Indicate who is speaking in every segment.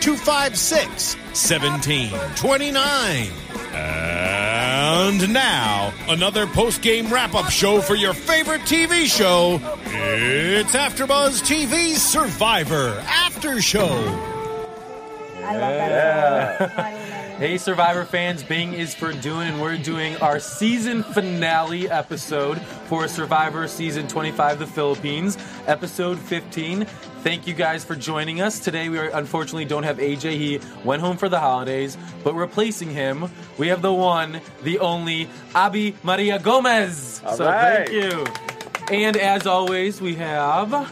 Speaker 1: 256 1729. And now, another post game wrap up show for your favorite TV show. It's AfterBuzz TV's Survivor After Show.
Speaker 2: Hey, Survivor fans, Bing is for doing, and we're doing our season finale episode for Survivor Season 25, The Philippines, Episode 15. Thank you guys for joining us. Today, we are, unfortunately don't have AJ. He went home for the holidays, but replacing him, we have the one, the only, Abi Maria Gomez. so thank you. And as always, we have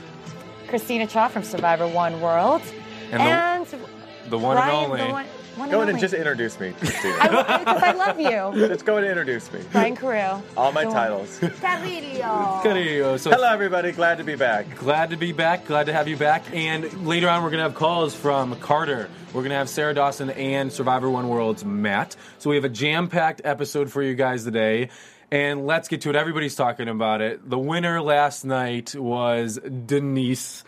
Speaker 3: Christina Chaw from Survivor One World.
Speaker 2: And the- the one
Speaker 3: Ryan,
Speaker 2: and only.
Speaker 3: The one, one
Speaker 4: Go ahead
Speaker 3: and only.
Speaker 4: and just introduce me, Christina.
Speaker 3: I, will- because I love you.
Speaker 4: Just go ahead and introduce me.
Speaker 3: Brian Carew.
Speaker 4: All my
Speaker 3: The one-
Speaker 4: titles.
Speaker 2: Carillo. So
Speaker 4: Hello, everybody. Glad to be back.
Speaker 2: Glad to be back. Glad to have you back. And later on, we're going to have calls from Carter. We're going to have Sarah Dawson and Survivor One World's Matt. So we have a jam packed episode for you guys today. And let's get to it. Everybody's talking about it. The winner last night was Denise.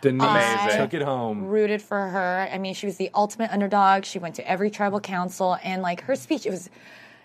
Speaker 2: Denise
Speaker 4: Amazing.
Speaker 2: took it home.
Speaker 3: Rooted for her. I mean, she was the ultimate underdog. She went to every tribal council, and like her speech, it was,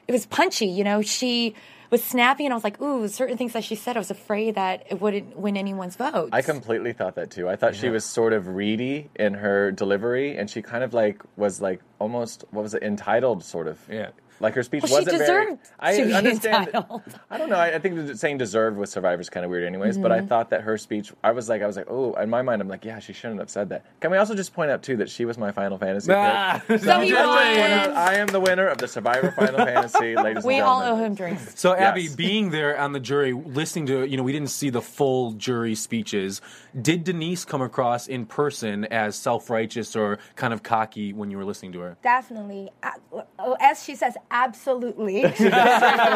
Speaker 3: it was punchy. You know, she was snappy, and I was like, ooh, certain things that she said, I was afraid that it wouldn't win anyone's vote.
Speaker 4: I completely thought that too. I thought she was sort of reedy in her delivery, and she kind of like was like almost what was it entitled sort of.
Speaker 2: Yeah.
Speaker 4: Like her speech
Speaker 3: Well, she
Speaker 4: wasn't
Speaker 3: deserved
Speaker 4: very.
Speaker 3: to
Speaker 4: I
Speaker 3: be
Speaker 4: understand.
Speaker 3: entitled.
Speaker 4: I don't know. I, I think that saying deserved with Survivor's kind of weird, anyways. But
Speaker 3: Mm-hmm.
Speaker 4: I thought that her speech. I was like, I was like, oh, in my mind, I'm like, yeah, she shouldn't have said that. Can we also just point out too that she was my Final Fantasy? pick?
Speaker 2: Ah,
Speaker 3: So he
Speaker 4: Just to point
Speaker 3: won.
Speaker 4: out, I am the winner of the Survivor Final Fantasy, ladies
Speaker 3: We
Speaker 4: and gentlemen.
Speaker 3: all owe him drinks.
Speaker 2: So Abby,
Speaker 4: Yes.
Speaker 2: being there on the jury, listening to you know, we didn't see the full jury speeches. Did Denise come across in person as self righteous or kind of cocky when you were listening to her?
Speaker 5: Definitely. Uh, oh, As she says, absolutely.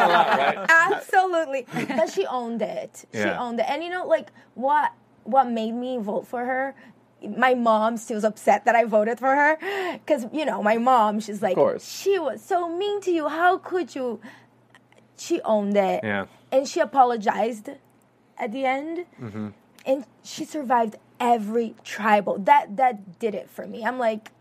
Speaker 5: Absolutely. But she owned it. She
Speaker 2: Yeah.
Speaker 5: owned it. And you know, like what what made me vote for her? My mom still was upset that I voted for her. Cause you know, my mom, she's like
Speaker 4: course.
Speaker 5: she was so mean to you. How could you? She owned it.
Speaker 2: Yeah.
Speaker 5: And she apologized at the end.
Speaker 2: Mm-hmm.
Speaker 5: And she survived every tribal. That that did it for me. I'm like,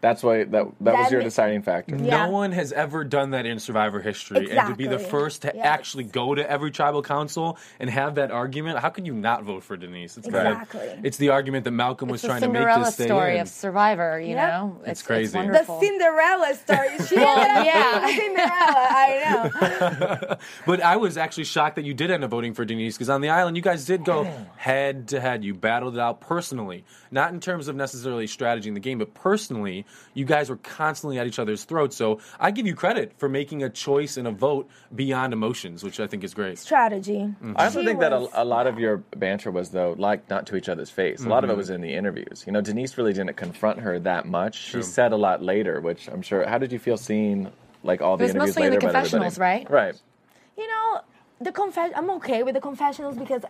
Speaker 4: That's why that that, was
Speaker 5: That
Speaker 4: your
Speaker 5: ma-
Speaker 4: deciding factor.
Speaker 5: Yeah.
Speaker 2: No one has ever done that in Survivor history, and to be the
Speaker 5: Exactly.
Speaker 2: first to
Speaker 5: Yes.
Speaker 2: actually go to every tribal council and have that argument, how can you not vote for Denise? It's kind of-
Speaker 5: Exactly.
Speaker 2: it's the argument that Malcolm was
Speaker 3: It's the
Speaker 2: trying to make
Speaker 3: Cinderella
Speaker 2: this stay
Speaker 3: story
Speaker 2: in.
Speaker 3: of Survivor. You
Speaker 5: Yep.
Speaker 3: know,
Speaker 2: It's crazy. The
Speaker 5: the
Speaker 3: wonderful.
Speaker 5: Cinderella story. She ended
Speaker 3: Well,
Speaker 5: up
Speaker 3: yeah.
Speaker 5: being Cinderella. I know.
Speaker 2: But I was actually shocked that you did end up voting for Denise because on the island you guys did go head to head. You battled it out personally, not in terms of necessarily strategy in the game, but personally, you guys were constantly at each other's throats. So I give you credit for making a choice and a vote beyond emotions, which I think is great.
Speaker 5: Strategy.
Speaker 4: I also
Speaker 5: She
Speaker 4: think that
Speaker 5: was-
Speaker 4: a, a lot of your banter was though like not to each other's face. A lot of it was in the interviews. You know, Denise really didn't confront her that much. She said a lot later, which I'm sure. How did you feel seeing like all the
Speaker 3: was
Speaker 4: interviews
Speaker 3: mostly in
Speaker 4: later
Speaker 3: the
Speaker 4: about everybody?
Speaker 3: confessionals, right?
Speaker 4: Right.
Speaker 5: you know, the confess. I'm okay with the confessionals because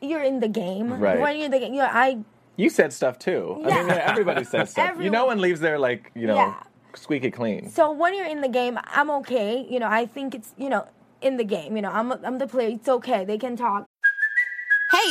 Speaker 5: you're in the game.
Speaker 4: Right.
Speaker 5: When you're in the game, you know, I
Speaker 4: You said stuff too. I mean,
Speaker 5: Yeah.
Speaker 4: everybody says stuff. You
Speaker 5: Everyone-
Speaker 4: know, and leaves there like you know
Speaker 5: Yeah.
Speaker 4: squeaky clean.
Speaker 5: so when you're in the game, I'm okay. You know, I think it's you know. in the game. You know, I'm I'm the player. It's okay. They can talk.
Speaker 6: Hey,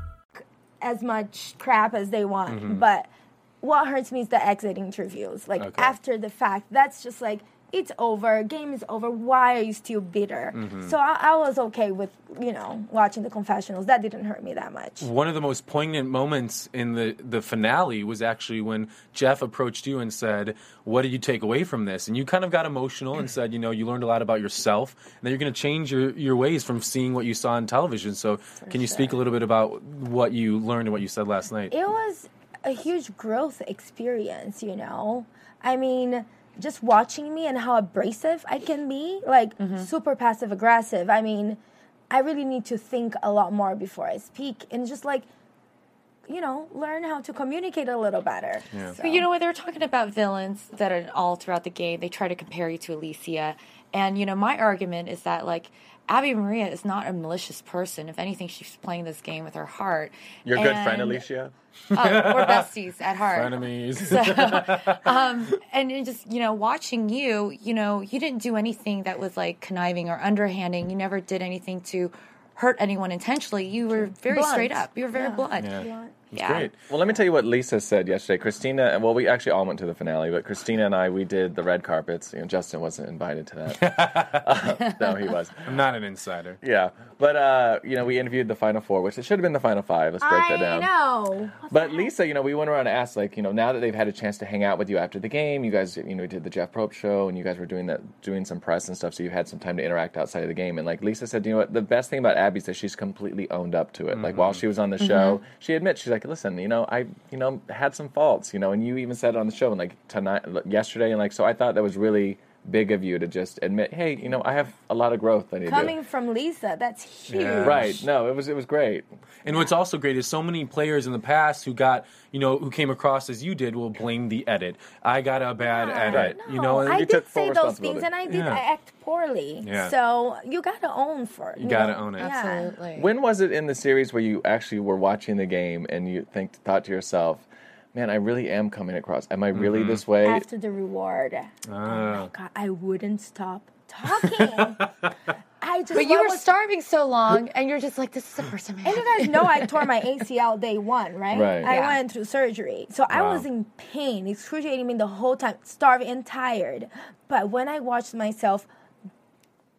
Speaker 5: as much crap as they want. But what hurts me is the exit interviews. Like
Speaker 2: Okay.
Speaker 5: after the fact, that's just like it's over. Game is over. Why are you still bitter? So I, I was okay with you know watching the confessionals. That didn't hurt me that much.
Speaker 2: One of the most poignant moments in the, the finale was actually when Jeff approached you and said, What did you take away from this? And you kind of got emotional and said, You know, you learned a lot about yourself and that you're going to change your, your ways from seeing what you saw on television. So, can you speak a little bit about what you learned and what you said last night?
Speaker 5: It was a huge growth experience, you know? I mean, just watching me and how abrasive I can be, like super passive aggressive. I mean, I really need to think a lot more before I speak and just like, you know, learn how to communicate a little better. So-
Speaker 3: But you know what? They were talking about villains that are all throughout the game. They try to compare you to Alicia. And, you know, my argument is that, like, Abby Maria is not a malicious person. If anything, she's playing this game with her heart.
Speaker 4: Your good friend
Speaker 3: And-
Speaker 4: Alicia.
Speaker 3: Oh, we're besties at heart.
Speaker 2: Frenemies.
Speaker 3: and it just you know watching you you know you didn't do anything that was like conniving or underhanding you never did anything to hurt anyone intentionally you were very
Speaker 5: Blunt.
Speaker 3: straight up you were very blunt
Speaker 2: Yeah.
Speaker 3: Yeah.
Speaker 2: Great.
Speaker 4: Well, let me tell you what Lisa said yesterday. Christina, well, we actually all went to the finale, but Christina and I, we did the red carpets. You know, Justin wasn't invited to that. no, he was.
Speaker 2: I'm not an insider.
Speaker 4: Yeah, but uh, you know, we interviewed the final four, which it should have been the final five. Let's break
Speaker 5: I
Speaker 4: that down.
Speaker 5: know.
Speaker 4: But Lisa, you know, we went around and asked, like, you know, now that they've had a chance to hang out with you after the game, you guys, you know, we did the Jeff Probst show, and you guys were doing that, doing some press and stuff, so you had some time to interact outside of the game. And like Lisa said, you know what, the best thing about Abby is that she's completely owned up to it. Like while she was on the
Speaker 5: Mm-hmm.
Speaker 4: show, she admits she's like, listen, you know, I, you know, had some faults, you know, and you even said it on the show and like tonight, yesterday, and like, so I thought that was really big of you to just admit, hey, you know, I have a lot of growth I need to do.
Speaker 5: Coming from Lisa, that's huge.
Speaker 2: Yeah.
Speaker 4: Right? No, it was it was great.
Speaker 2: And what's also great is so many players in the past who got, you know, who came across as you did will blame the edit. I got a bad edit.
Speaker 5: No,
Speaker 2: You know, and
Speaker 5: I
Speaker 4: you
Speaker 5: did
Speaker 4: took full
Speaker 5: say those things
Speaker 4: responsibility.
Speaker 5: and I did
Speaker 2: Yeah.
Speaker 5: act poorly.
Speaker 2: Yeah.
Speaker 5: So you gotta own for it. You,
Speaker 2: gotta own it.
Speaker 5: Yeah.
Speaker 3: absolutely
Speaker 4: When was it in the series where you actually were watching the game and you think thought to yourself, "Man, I really am coming across. Am I really
Speaker 2: Mm-hmm.
Speaker 4: this way?"
Speaker 5: After the reward.
Speaker 2: Ah.
Speaker 5: Oh my god, I wouldn't stop talking. I just
Speaker 3: but you
Speaker 5: what
Speaker 3: were
Speaker 5: was-
Speaker 3: starving so long and you're just like this is the first time I
Speaker 5: And you guys know I tore my ACL day one, right?
Speaker 4: Right.
Speaker 5: I
Speaker 3: Yeah.
Speaker 5: went through surgery. So I was in pain, excruciating me the whole time, starving and tired. But when I watched myself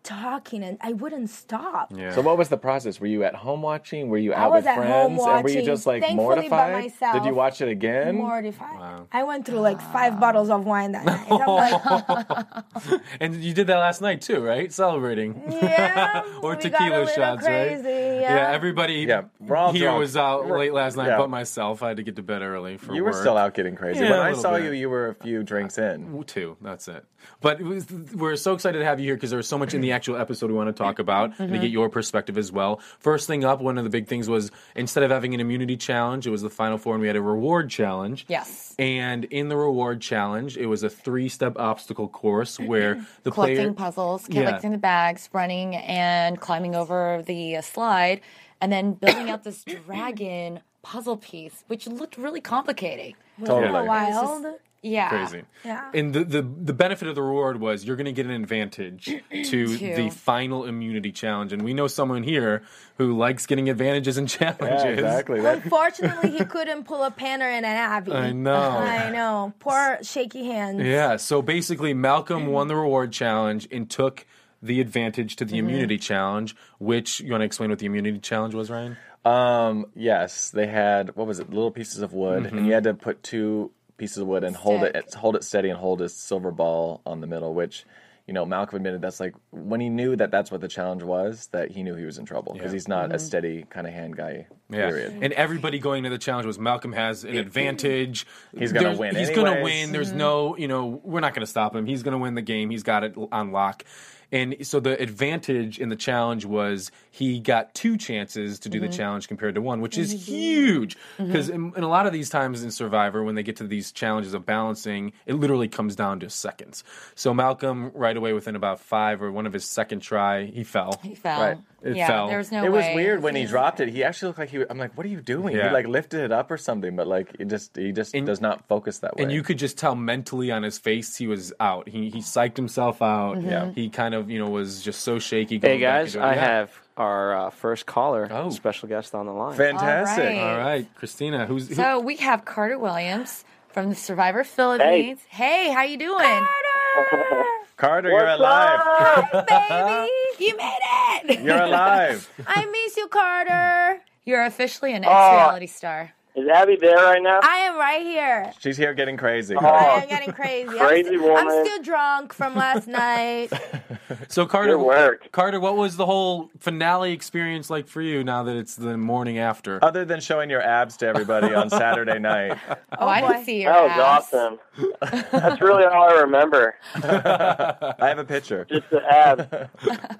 Speaker 5: talking and I wouldn't stop.
Speaker 2: Yeah.
Speaker 4: so what was the process? Were you at home watching? Were you out
Speaker 5: was
Speaker 4: with
Speaker 5: at home
Speaker 4: friends? And were you
Speaker 5: watching,
Speaker 4: just like
Speaker 5: thankfully by
Speaker 4: mortified?
Speaker 5: myself.
Speaker 4: Did you watch it again?
Speaker 5: Mortified. I went through like five
Speaker 3: Ah.
Speaker 5: bottles of wine that night. I'm like,
Speaker 2: and you did that last night too, right? Celebrating.
Speaker 5: yeah.
Speaker 2: or
Speaker 5: we got a
Speaker 2: tequila
Speaker 5: little
Speaker 2: shots,
Speaker 5: crazy,
Speaker 2: right?
Speaker 5: Yeah.
Speaker 2: everybody
Speaker 4: Yeah, we're all
Speaker 2: here
Speaker 4: drunk.
Speaker 2: was out
Speaker 4: We're-
Speaker 2: late last night
Speaker 4: yeah.
Speaker 2: but myself. I had to get to bed early for
Speaker 4: You were
Speaker 2: work.
Speaker 4: still out getting crazy.
Speaker 2: Yeah,
Speaker 4: when
Speaker 2: a
Speaker 4: I
Speaker 2: little
Speaker 4: saw
Speaker 2: bit.
Speaker 4: you, you were a few drinks in.
Speaker 2: Two, that's it. But it was, we're so excited to have you here because there was so much in the actual episode we want to talk about and to
Speaker 5: Mm-hmm.
Speaker 2: get your perspective as well. First thing up, one of the big things was instead of having an immunity challenge, it was the final four, and we had a reward challenge.
Speaker 3: Yes.
Speaker 2: And in the reward challenge, it was a three-step obstacle course where the player
Speaker 3: collecting puzzles collecting the bags running and climbing over the uh, slide and then building out this dragon puzzle piece which looked really complicated
Speaker 4: Totally.
Speaker 5: wild.
Speaker 3: Ah, yeah
Speaker 2: Crazy.
Speaker 5: Yeah.
Speaker 2: And the, the the benefit of the reward was you're going to get an advantage to
Speaker 3: Two.
Speaker 2: the final immunity challenge, and we know someone here who likes getting advantages and challenges.
Speaker 4: Yeah, exactly. That-
Speaker 5: Unfortunately, he couldn't pull a Panner and an Abby.
Speaker 2: I know.
Speaker 5: I know. Poor shaky hands.
Speaker 2: Yeah. So basically, Malcolm won the reward challenge and took the advantage to the immunity challenge. Which you want to explain what the immunity challenge was, Ryan?
Speaker 4: Um, yes, they had what was it? Little pieces of wood,
Speaker 2: Mm-hmm.
Speaker 4: and you had to put two pieces of wood and hold it,
Speaker 3: Stick.
Speaker 4: hold it steady, and hold a silver ball on the middle. Which, you know, Malcolm admitted that's like when he knew that that's what the challenge was, that he knew he was in trouble because he's not a
Speaker 3: Mm-hmm.
Speaker 4: steady kind of hand guy.
Speaker 2: Yeah.
Speaker 4: Period.
Speaker 2: And everybody going to the challenge was Malcolm has an advantage.
Speaker 4: He's gonna
Speaker 2: There's-
Speaker 4: win
Speaker 2: He's going to
Speaker 4: anyways.
Speaker 3: Mm-hmm.
Speaker 2: win. There's no, you know, we're not going to stop him. He's going to win the game. He's got it l- on lock. And so the advantage in the challenge was he got two chances to do
Speaker 3: Mm-hmm.
Speaker 2: the challenge compared to one, which is huge. Because in, in a lot of these times in Survivor, when they get to these challenges of balancing, it literally comes down to seconds. So Malcolm, right away within about five or one of his second try, he fell.
Speaker 3: He fell.
Speaker 4: Right.
Speaker 2: It
Speaker 3: yeah,
Speaker 2: fell.
Speaker 3: there was no
Speaker 4: it was
Speaker 3: way.
Speaker 4: weird when he dropped it. He actually looked like he. was- I'm like, what are you doing?
Speaker 2: Yeah.
Speaker 4: He like lifted it up or something, but like it just he just does not focus that way.
Speaker 2: and you could just tell mentally on his face he was out. He he psyched himself out. Yeah. He kind of you know was just so shaky.
Speaker 7: Mm-hmm. Hey
Speaker 2: going back
Speaker 7: guys,
Speaker 2: into it.
Speaker 7: I
Speaker 2: Yeah.
Speaker 7: have our uh, first caller,
Speaker 2: Oh.
Speaker 7: special guest on the line.
Speaker 4: fantastic.
Speaker 3: All
Speaker 2: All right, Christina, who's who,
Speaker 3: So we have Carter Williams from the Survivor Philippines. Hey, how you doing?
Speaker 4: Carter, you're alive.
Speaker 5: Baby,
Speaker 3: You made it.
Speaker 4: You're alive.
Speaker 5: I miss you, Carter.
Speaker 3: You're officially
Speaker 7: Ah.
Speaker 3: an ex-reality star.
Speaker 7: Is Abby there right now?
Speaker 5: I am right here.
Speaker 4: She's here getting crazy.
Speaker 5: I am getting crazy.
Speaker 7: Crazy
Speaker 5: I'm, st-
Speaker 7: woman.
Speaker 5: I'm still drunk from last night. Oh,
Speaker 2: so Carter?
Speaker 7: Good work.
Speaker 2: Carter, what was the whole finale experience like for you? Now that it's the morning after,
Speaker 7: Uh,
Speaker 4: Other than showing your abs to everybody on Saturday night,
Speaker 3: Oh, I didn't see your
Speaker 7: That was
Speaker 3: abs.
Speaker 7: awesome. That's really all I remember.
Speaker 4: I have a picture.
Speaker 7: Just the abs.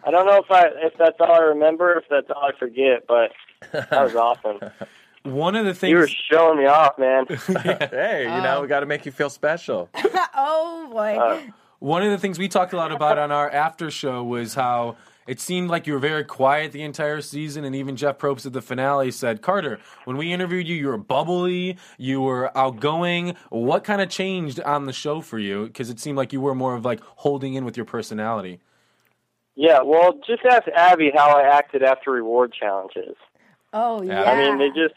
Speaker 7: I don't know if I if that's all I remember, if that's all I forget, but that was awesome.
Speaker 2: one of the things
Speaker 7: You were showing me off, man.
Speaker 4: Hey, you know we got to make you feel special.
Speaker 5: oh boy.
Speaker 7: Uh,
Speaker 2: one of the things we talked a lot about on our after show was how it seemed like you were very quiet the entire season, and even Jeff Probst at the finale said, "Carter, when we interviewed you, you were bubbly, you were outgoing. What kind of changed on the show for you? Because it seemed like you were more of like holding in with your personality."
Speaker 7: Yeah, well, just ask Abby how I acted after reward challenges.
Speaker 5: Oh yeah.
Speaker 7: I mean, they just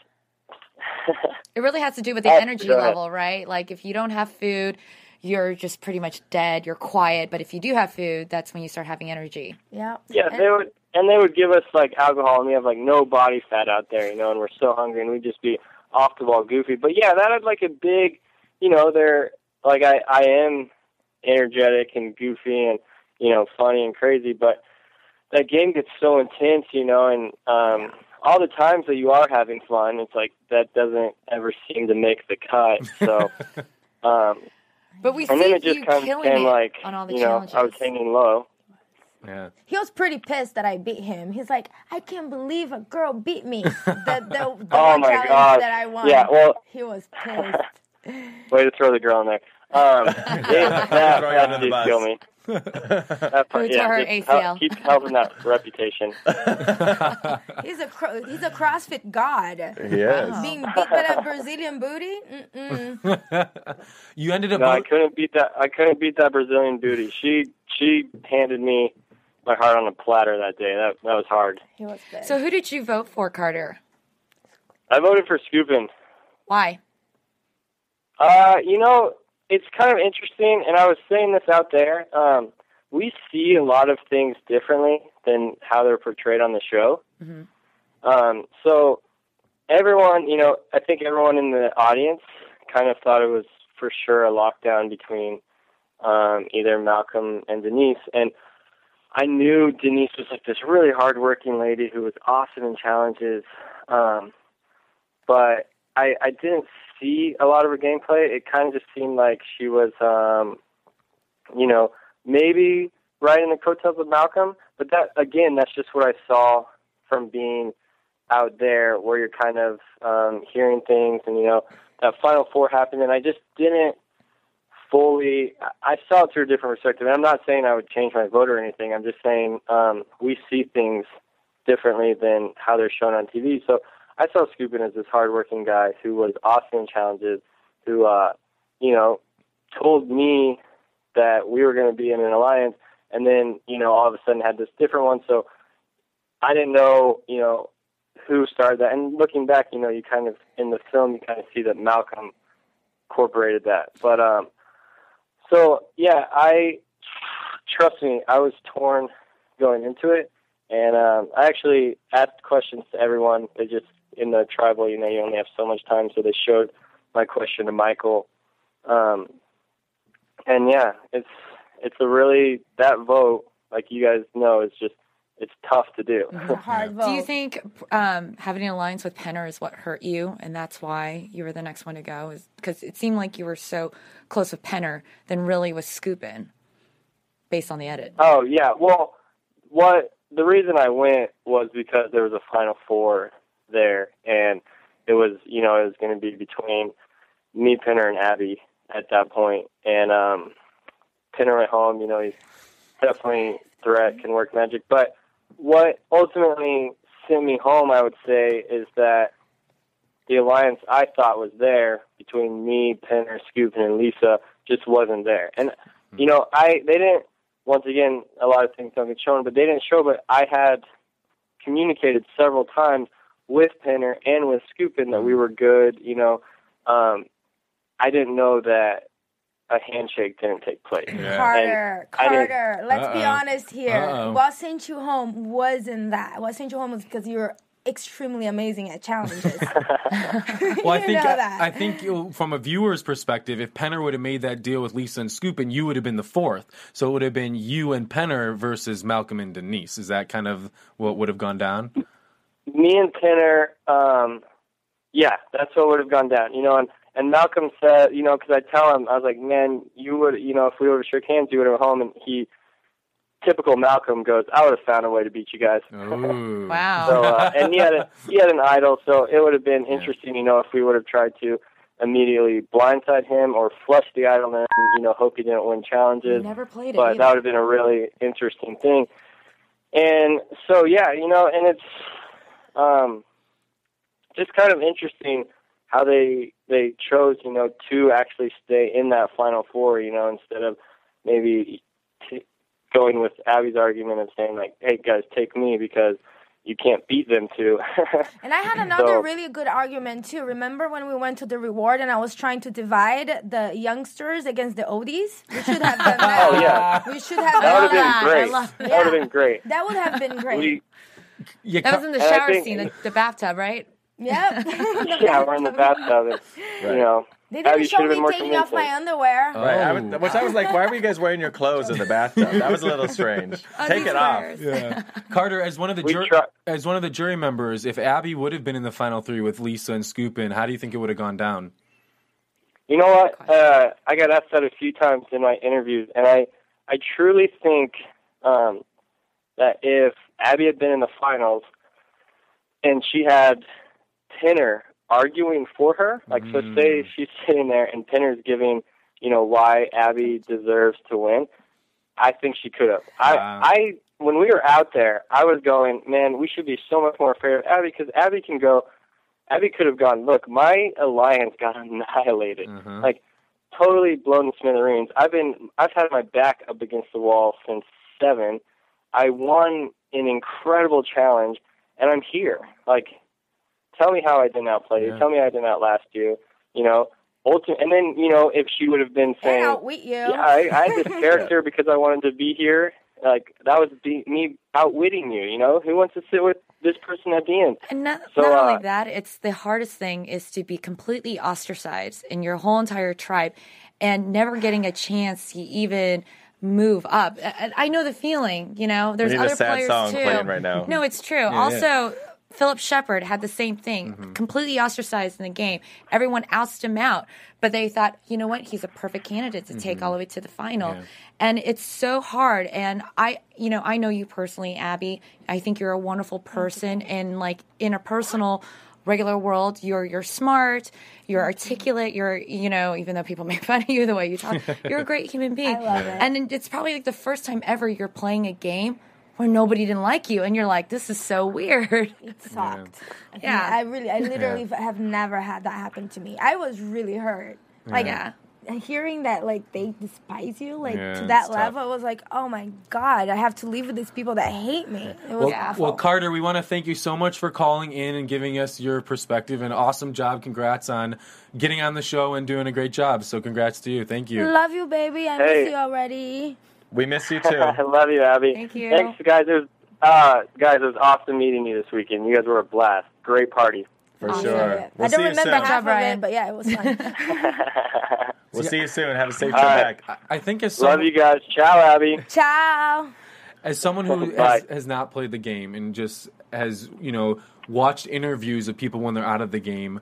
Speaker 3: It really has to do with the
Speaker 7: Oh,
Speaker 3: energy
Speaker 7: go ahead.
Speaker 3: level, right? Like if you don't have food, you're just pretty much dead. You're quiet. But if you do have food, that's when you start having energy.
Speaker 5: yeah.
Speaker 7: yeah, they would and they would give us like alcohol, and we have like no body fat out there, you know, and we're so hungry, and we'd just be off the wall goofy. But yeah, that had like a big, you know, they're like I I am energetic and goofy and you know funny and crazy, but that game gets so intense, you know, and um all the times that you are having fun, it's like that doesn't ever seem to make the cut. So. Um,
Speaker 3: But we
Speaker 7: and
Speaker 3: see
Speaker 7: then it just
Speaker 3: you
Speaker 7: kind of
Speaker 3: killing
Speaker 7: became
Speaker 3: it
Speaker 7: like,
Speaker 3: on all the
Speaker 7: you know,
Speaker 3: challenges.
Speaker 5: Oh,
Speaker 7: I was hanging low.
Speaker 2: Yeah.
Speaker 5: He was pretty pissed that I beat him. He's like, I can't believe a girl beat me. The the, the
Speaker 7: Oh
Speaker 5: one
Speaker 7: my
Speaker 5: challenge
Speaker 7: God.
Speaker 5: that I won.
Speaker 7: Yeah, well-
Speaker 5: he was pissed.
Speaker 7: Way to throw the girl in there. Um, yeah, that,
Speaker 4: Throw you
Speaker 7: that
Speaker 4: under the
Speaker 7: did
Speaker 4: bus.
Speaker 7: kill me. That part,
Speaker 3: Boots are her
Speaker 7: just
Speaker 3: ACL.
Speaker 7: hel- keep helping that reputation.
Speaker 5: He's a cro- he's a CrossFit god.
Speaker 4: Yes.
Speaker 5: Being beat by that Brazilian booty. Mm-mm.
Speaker 2: You ended up
Speaker 7: No, I couldn't beat that. I couldn't beat that Brazilian booty. She she handed me my heart on a platter that day. That that was hard.
Speaker 5: He was pissed.
Speaker 3: So who did you vote for, Carter?
Speaker 7: I voted for Scoopin.
Speaker 3: Why?
Speaker 7: Uh, you know, it's kind of interesting, and I was saying this out there. Um, we see a lot of things differently than how they're portrayed on the show. Um, so everyone, you know, I think everyone in the audience kind of thought it was for sure a lockdown between um, either Malcolm and Denise, and I knew Denise was like this really hardworking lady who was awesome in challenges. Um, but I, I didn't see a lot of her gameplay. It kind of just seemed like she was, um, you know, maybe riding the coattails of Malcolm. But that again, that's just what I saw from being out there, where you're kind of um, hearing things, and you know, that Final Four happened, and I just didn't fully. I- I saw it through a different perspective. And I'm not saying I would change my vote or anything. I'm just saying um, we see things differently than how they're shown on TV. So I saw Scoopin as this hardworking guy who was awesome in challenges, who, uh, you know, told me that we were going to be in an alliance, and then, you know, all of a sudden had this different one. So I didn't know, you know, who started that. And looking back, you know, you kind of, in the film, you kind of see that Malcolm incorporated that. But, um, so yeah, I, trust me, I was torn going into it. And um, I actually asked questions to everyone. They just in the tribal, you know, you only have so much time, so they showed my question to Michael. Um, and yeah, it's it's a really that vote, like you guys know, is just it's tough to do.
Speaker 5: Hard vote.
Speaker 3: Do you think um, having an alliance with Penner is what hurt you, and that's why you were the next one to go? Is because it seemed like you were so close with Penner than really with Scoopin. based on the edit.
Speaker 7: Oh yeah. Well, what the reason I went was because there was a Final Four there, and it was you know it was going to be between me, Pinner, and Abby at that point. And um, Pinner went home. You know he's definitely a threat can work magic, but what ultimately sent me home, I would say, is that the alliance I thought was there between me, Penner, Scoopin, and Lisa just wasn't there. And you know, I they didn't. Once again, a lot of things don't get shown, but they didn't show. But I had communicated several times with Penner and with Scoopin that we were good. You know, um, I didn't know that a handshake didn't take place.
Speaker 5: Carter,
Speaker 7: And I didn't- Uh-uh.
Speaker 5: Carter, let's be
Speaker 7: Uh-oh.
Speaker 5: honest here.
Speaker 7: Uh-oh.
Speaker 5: What sent you home wasn't that. What sent you home was because you were extremely amazing at challenges.
Speaker 2: Well, I
Speaker 5: You
Speaker 2: think
Speaker 5: know that.
Speaker 2: I, I think you, from a viewer's perspective, if Penner would have made that deal with Lisa and Scoop, and you would have been the fourth, so it would have been you and Penner versus Malcolm and Denise. Is that kind of what would have gone down?
Speaker 7: me and Pinner, um, yeah, that's what would have gone down, you know. And and Malcolm said, you know, because I tell him, I was like, man, you would, you know, if we would have shook hands, you would have been home. And he, typical Malcolm, goes, I would have found a way to beat you guys.
Speaker 3: Wow.
Speaker 7: So, uh, and he had a, he had an idol, so it would have been interesting, you know, if we would have tried to immediately blindside him or flush the idol and you know hope he didn't win challenges.
Speaker 3: Never played it
Speaker 7: but
Speaker 3: either.
Speaker 7: that would have been a really interesting thing. And so yeah, you know, and it's um, just kind of interesting how they they chose, you know, to actually stay in that final four, you know, instead of maybe t- going with Abby's argument of saying like, "Hey guys, take me because you can't beat them two.
Speaker 5: And I had another
Speaker 7: So-
Speaker 5: really good argument too. Remember when we went to the reward and I was trying to divide the youngsters against the oldies? We should have done that.
Speaker 7: oh yeah,
Speaker 5: We should have
Speaker 7: that
Speaker 5: done
Speaker 7: would have
Speaker 5: that.
Speaker 7: been great.
Speaker 3: love-
Speaker 7: That would have been great.
Speaker 5: That would have been great.
Speaker 7: We,
Speaker 3: That was in the
Speaker 7: And I
Speaker 3: shower
Speaker 7: think-
Speaker 3: scene, the, the bathtub, right?
Speaker 5: Yep.
Speaker 7: yeah, we're in the bathtub. And, You know,
Speaker 5: They
Speaker 7: Abby
Speaker 5: didn't show
Speaker 7: should have been
Speaker 5: me
Speaker 7: more Oh,
Speaker 5: taking off
Speaker 7: convincing.
Speaker 5: my underwear.
Speaker 4: Right, I was, which I was like, why were you guys wearing your clothes in the bathtub? That was a little strange. Take it off.
Speaker 2: Yeah. Carter, as one of the jur- as one of the jury members, if Abby would have been in the final three with Lisa and Scoopin, how do you think it would have gone down?
Speaker 7: You know what? Uh, I got asked that a few times in my interviews, and I, I truly think um, that if Abby had been in the finals and she had Pinner arguing for her, like so, say she's sitting there and Pinner's giving, you know, why Abby deserves to win. I think she could have. I,
Speaker 2: Wow.
Speaker 7: I, when we were out there, I was going, man, we should be so much more fair with Abby because Abby can go. Abby could have gone. Look, my alliance got annihilated, like totally blown to smithereens. I've been, I've had my back up against the wall since seven. I won an incredible challenge, and I'm here. Like, tell me how I didn't outplay you.
Speaker 5: Yeah.
Speaker 7: Tell me I didn't outlast you. You know, ultimate. And then you know, if she would have been saying,
Speaker 5: outwit you.
Speaker 7: yeah, I, I had this character because I wanted to be here. Like that was be, me outwitting you. You know, who wants to sit with this person at the end?
Speaker 3: And not,
Speaker 7: So,
Speaker 3: not
Speaker 7: uh,
Speaker 3: only that, it's the hardest thing is to be completely ostracized in your whole entire tribe and never getting a chance to even move up. I, I know the feeling, you know. There's
Speaker 4: need a
Speaker 3: other
Speaker 4: sad
Speaker 3: players
Speaker 4: song
Speaker 3: too.
Speaker 4: playing right now.
Speaker 3: No, it's true.
Speaker 4: Yeah, yeah.
Speaker 3: also, Philip Shepard had the same thing,
Speaker 5: Mm-hmm.
Speaker 3: completely ostracized in the game. Everyone ousted him out, but they thought, you know what? He's a perfect candidate to
Speaker 5: Mm-hmm.
Speaker 3: take all the way to the final. And it's so hard. And I, you know, I know you personally, Abby. I think you're a wonderful person, and like in a personal, regular world, you're you're smart, you're
Speaker 5: Mm-hmm.
Speaker 3: articulate, you're you know, even though people make fun of you the way you talk, you're a great human being.
Speaker 5: I love it.
Speaker 3: And it's probably like the first time ever you're playing a game where nobody didn't like you, and you're like, this is so weird.
Speaker 5: sucked. Yeah.
Speaker 3: Yeah.
Speaker 5: I really, I literally have never had that happen to me. I was really hurt. Like,
Speaker 3: Yeah.
Speaker 5: hearing that, like, they despise you, like,
Speaker 2: Yeah,
Speaker 5: to
Speaker 2: it's
Speaker 5: that
Speaker 2: tough.
Speaker 5: level, I was like, oh my God, I have to live with these people that hate me. It was
Speaker 2: Well,
Speaker 5: awful.
Speaker 2: well, Carter, we want to thank you so much for calling in and giving us your perspective. and awesome job. Congrats on getting on the show and doing a great job. So, congrats to you. Thank you.
Speaker 5: Love you, baby. I
Speaker 7: Hey.
Speaker 5: miss you already.
Speaker 4: We miss you
Speaker 7: I love you, Abby.
Speaker 5: Thank you.
Speaker 7: Thanks, guys. It was, uh, guys, it was awesome meeting you this weekend. You guys were a blast. Great party.
Speaker 4: for
Speaker 5: Awesome.
Speaker 4: sure.
Speaker 5: I
Speaker 4: We'll see
Speaker 5: don't
Speaker 4: you
Speaker 5: remember
Speaker 4: soon.
Speaker 5: half of
Speaker 3: Brian.
Speaker 5: it, but yeah, it was fun.
Speaker 4: We'll see you soon. Have a safe trip
Speaker 7: All right.
Speaker 4: back.
Speaker 2: I think as
Speaker 7: Love you guys. Ciao, Abby.
Speaker 5: Ciao.
Speaker 2: as someone who
Speaker 7: Bye.
Speaker 2: has, has not played the game and just has you know watched interviews of people when they're out of the game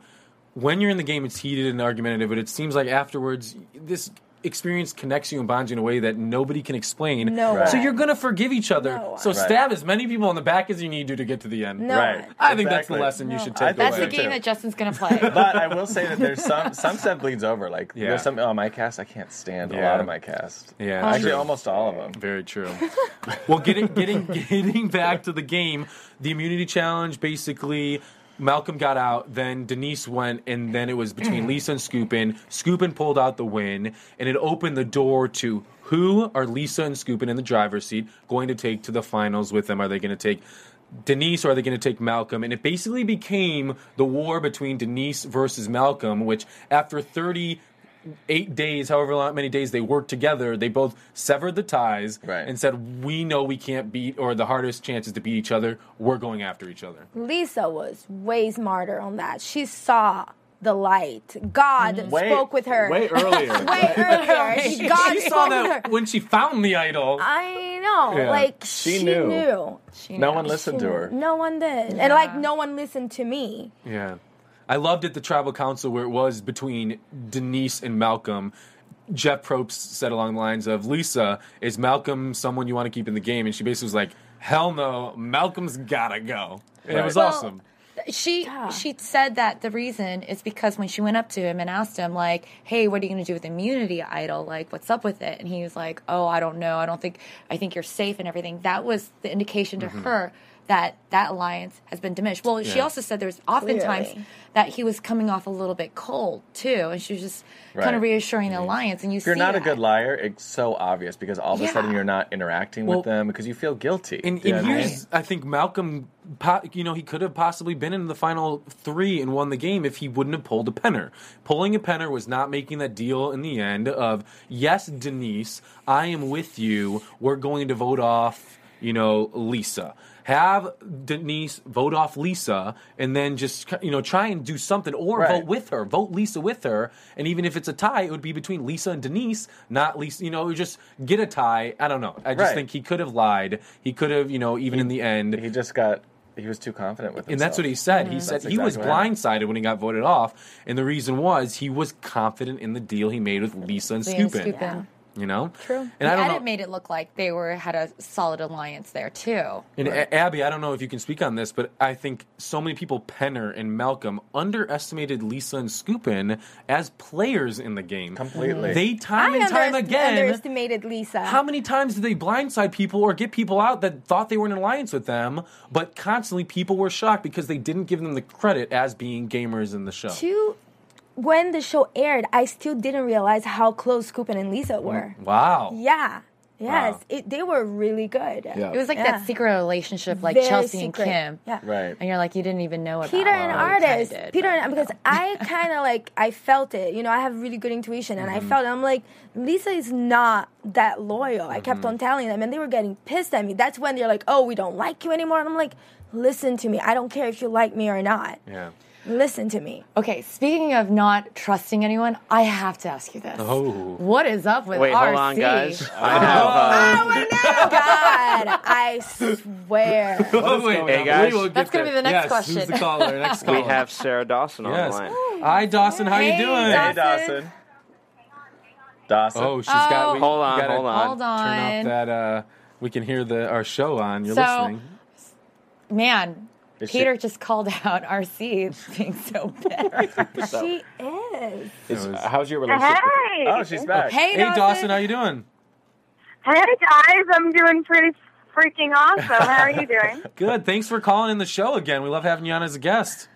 Speaker 2: when you're in the game it's heated and argumentative but it seems like afterwards this experience connects you and bonds you in a way that nobody can explain.
Speaker 3: No Right.
Speaker 2: So
Speaker 3: one.
Speaker 2: you're gonna forgive each other.
Speaker 3: No one.
Speaker 2: so
Speaker 3: Right.
Speaker 2: stab as many people on the back as you need to to get to the end.
Speaker 3: No Right. one.
Speaker 2: I think that's the
Speaker 4: Exactly.
Speaker 2: lesson you should
Speaker 4: I
Speaker 2: take
Speaker 4: think
Speaker 3: That's
Speaker 2: away.
Speaker 3: the game that Justin's gonna play.
Speaker 4: but I will say that there's some some stuff bleeds over. Like there's some on my cast I can't stand a
Speaker 2: Yeah.
Speaker 4: lot of my cast.
Speaker 2: Yeah,
Speaker 4: actually
Speaker 5: Um,
Speaker 2: true.
Speaker 4: almost all of them.
Speaker 2: Very true. well, getting getting getting back to the game, the immunity challenge basically. Malcolm got out, then Denise went, and then it was between Lisa and Scoopin. Scoopin pulled out the win, and it opened the door to who are Lisa and Scoopin in the driver's seat going to take to the finals with them? Are they going to take Denise or are they going to take Malcolm? And it basically became the war between Denise versus Malcolm, which after 30 eight days, however long, many days they worked together, they both severed the ties and said, "We know we can't beat, or the hardest chance is to beat each other. We're going after each other."
Speaker 5: Lisa was way smarter on that. She saw the light. God
Speaker 2: Way-
Speaker 5: spoke with her.
Speaker 2: way earlier.
Speaker 5: way earlier. She, God
Speaker 2: she
Speaker 5: spoke
Speaker 2: saw
Speaker 5: with
Speaker 2: that
Speaker 5: her.
Speaker 2: when she found the idol.
Speaker 5: I know.
Speaker 2: Yeah.
Speaker 5: Like
Speaker 2: She
Speaker 5: she,
Speaker 2: knew.
Speaker 5: knew.
Speaker 2: No one listened to
Speaker 5: She knew.
Speaker 2: her.
Speaker 5: No one did. And like no one listened to me.
Speaker 2: Yeah. I loved at the tribal council where it was between Denise and Malcolm. Jeff Probst said along the lines of Lisa, is Malcolm someone you want to keep in the game? And she basically was like, Hell no, Malcolm's gotta go. And it
Speaker 3: Right.
Speaker 2: was
Speaker 3: Well,
Speaker 2: awesome.
Speaker 3: She she said that the reason is because when she went up to him and asked him like, "Hey, what are you going to do with Immunity Idol? Like, what's up with it?" and he was like, "Oh, I don't know. I don't think I think you're safe and everything." That was the indication to
Speaker 8: Mhm.
Speaker 4: Mm-hmm.
Speaker 3: her that that alliance has been diminished. Well, she
Speaker 8: Yeah.
Speaker 3: also said there was oftentimes
Speaker 8: Clearly.
Speaker 3: that he was coming off a little bit cold too, and she was just kind
Speaker 4: Right. Mm-hmm.
Speaker 3: of reassuring the alliance. And you
Speaker 4: If you're
Speaker 3: see
Speaker 4: not
Speaker 3: that.
Speaker 4: a good liar, it's so obvious because all of a
Speaker 3: Yeah.
Speaker 4: sudden you're not interacting
Speaker 2: Well,
Speaker 4: with them because you feel guilty.
Speaker 2: And,
Speaker 4: You know
Speaker 2: and
Speaker 4: what I mean?
Speaker 2: here's, I think Malcolm, po- you know, he could have possibly been in the final three and won the game if he wouldn't have pulled a penner. Pulling a penner was not making that deal in the end of, yes, Denise, I am with you. We're going to vote off, you know, Lisa. Have Denise vote off Lisa and then just, you know, try and do something or
Speaker 4: Right.
Speaker 2: vote with her. Vote Lisa with her. And even if it's a tie, it would be between Lisa and Denise, not Lisa, you know, just get a tie. I don't know. I just
Speaker 4: Right.
Speaker 2: think he could have lied. He could have, you know, even in the end. He
Speaker 4: just got. He was too confident with
Speaker 2: And that's
Speaker 4: himself.
Speaker 2: what he said. He
Speaker 4: Mhm.
Speaker 2: said
Speaker 4: That's
Speaker 2: he was
Speaker 4: exactly what happened.
Speaker 2: blindsided when he got voted off, and the reason was he was confident in the deal he made with Lisa and
Speaker 3: Lisa and
Speaker 2: Scoopin.
Speaker 3: Scoopin.
Speaker 2: You know,
Speaker 3: True.
Speaker 2: And I don't know.
Speaker 3: edit made it look like they were had a solid alliance there too.
Speaker 2: And A- Abby, I don't know if you can speak on this, but I think so many people, Penner and Malcolm, underestimated Lisa and Scoopin as players in the game.
Speaker 4: Completely.
Speaker 2: They time
Speaker 5: I
Speaker 2: and time
Speaker 5: underst-
Speaker 2: again.
Speaker 5: underestimated Lisa.
Speaker 2: How many times did they blindside people or get people out that thought they were in an alliance with them, but constantly people were shocked because they didn't give them the credit as being gamers in the show?
Speaker 5: Two when the show aired, I still didn't realize how close Coopin and Lisa were.
Speaker 2: Wow.
Speaker 5: Yeah. Yes.
Speaker 3: Wow.
Speaker 5: It, they were really good.
Speaker 3: Yeah. It was like
Speaker 5: Yeah.
Speaker 3: that secret relationship, like
Speaker 5: Very
Speaker 3: Chelsea
Speaker 5: secret.
Speaker 3: and Kim.
Speaker 5: Yeah.
Speaker 4: Right.
Speaker 3: And you're like, you didn't even know about
Speaker 5: Peter
Speaker 3: it.
Speaker 5: and
Speaker 3: Well, you kinda
Speaker 5: artist.
Speaker 3: did,
Speaker 5: Peter
Speaker 3: but-
Speaker 5: and because I kind of like I felt it. You know, I have really good intuition, and I
Speaker 2: Mm-hmm.
Speaker 3: Mhm.
Speaker 5: felt it. I'm like Lisa is not that loyal. I kept
Speaker 2: Mm-hmm.
Speaker 3: Mhm.
Speaker 5: on telling them, and they were getting pissed at me. That's when they're like, "Oh, we don't like you anymore." And I'm like, "Listen to me. I don't care if you like me or not.
Speaker 2: Yeah.
Speaker 5: Listen to me."
Speaker 3: Okay, speaking of not trusting anyone, I have to ask you this.
Speaker 2: Oh.
Speaker 3: What is up with
Speaker 9: Wait,
Speaker 3: RC?
Speaker 9: hold on, guys. I have. Uh,
Speaker 5: God, I swear.
Speaker 9: hey guys,
Speaker 3: That's going to be the next question.
Speaker 9: We have Sarah Dawson on
Speaker 2: Yes.
Speaker 9: the line.
Speaker 2: Hi, Dawson. How you
Speaker 3: Hey,
Speaker 2: doing?
Speaker 3: Dawson.
Speaker 4: Dawson.
Speaker 2: Oh, she's got.
Speaker 3: Oh.
Speaker 2: we-
Speaker 3: Hold
Speaker 2: we
Speaker 3: on,
Speaker 2: gotta
Speaker 3: hold on. Hold
Speaker 2: Turn off
Speaker 3: on.
Speaker 2: that. Uh, we can hear the our show on. You're
Speaker 3: So-
Speaker 2: listening.
Speaker 3: Man,
Speaker 2: Is she-
Speaker 3: Peter just called out RC being so bitter.
Speaker 5: she is.
Speaker 4: Is- how's your relationship?
Speaker 10: Hey.
Speaker 4: With, oh, she's back.
Speaker 10: Hey, Dawson.
Speaker 2: how you doing?
Speaker 10: Hey guys, I'm doing pretty freaking awesome. How are you doing?
Speaker 2: Good. Thanks for calling in the show again. We love having you on as a guest.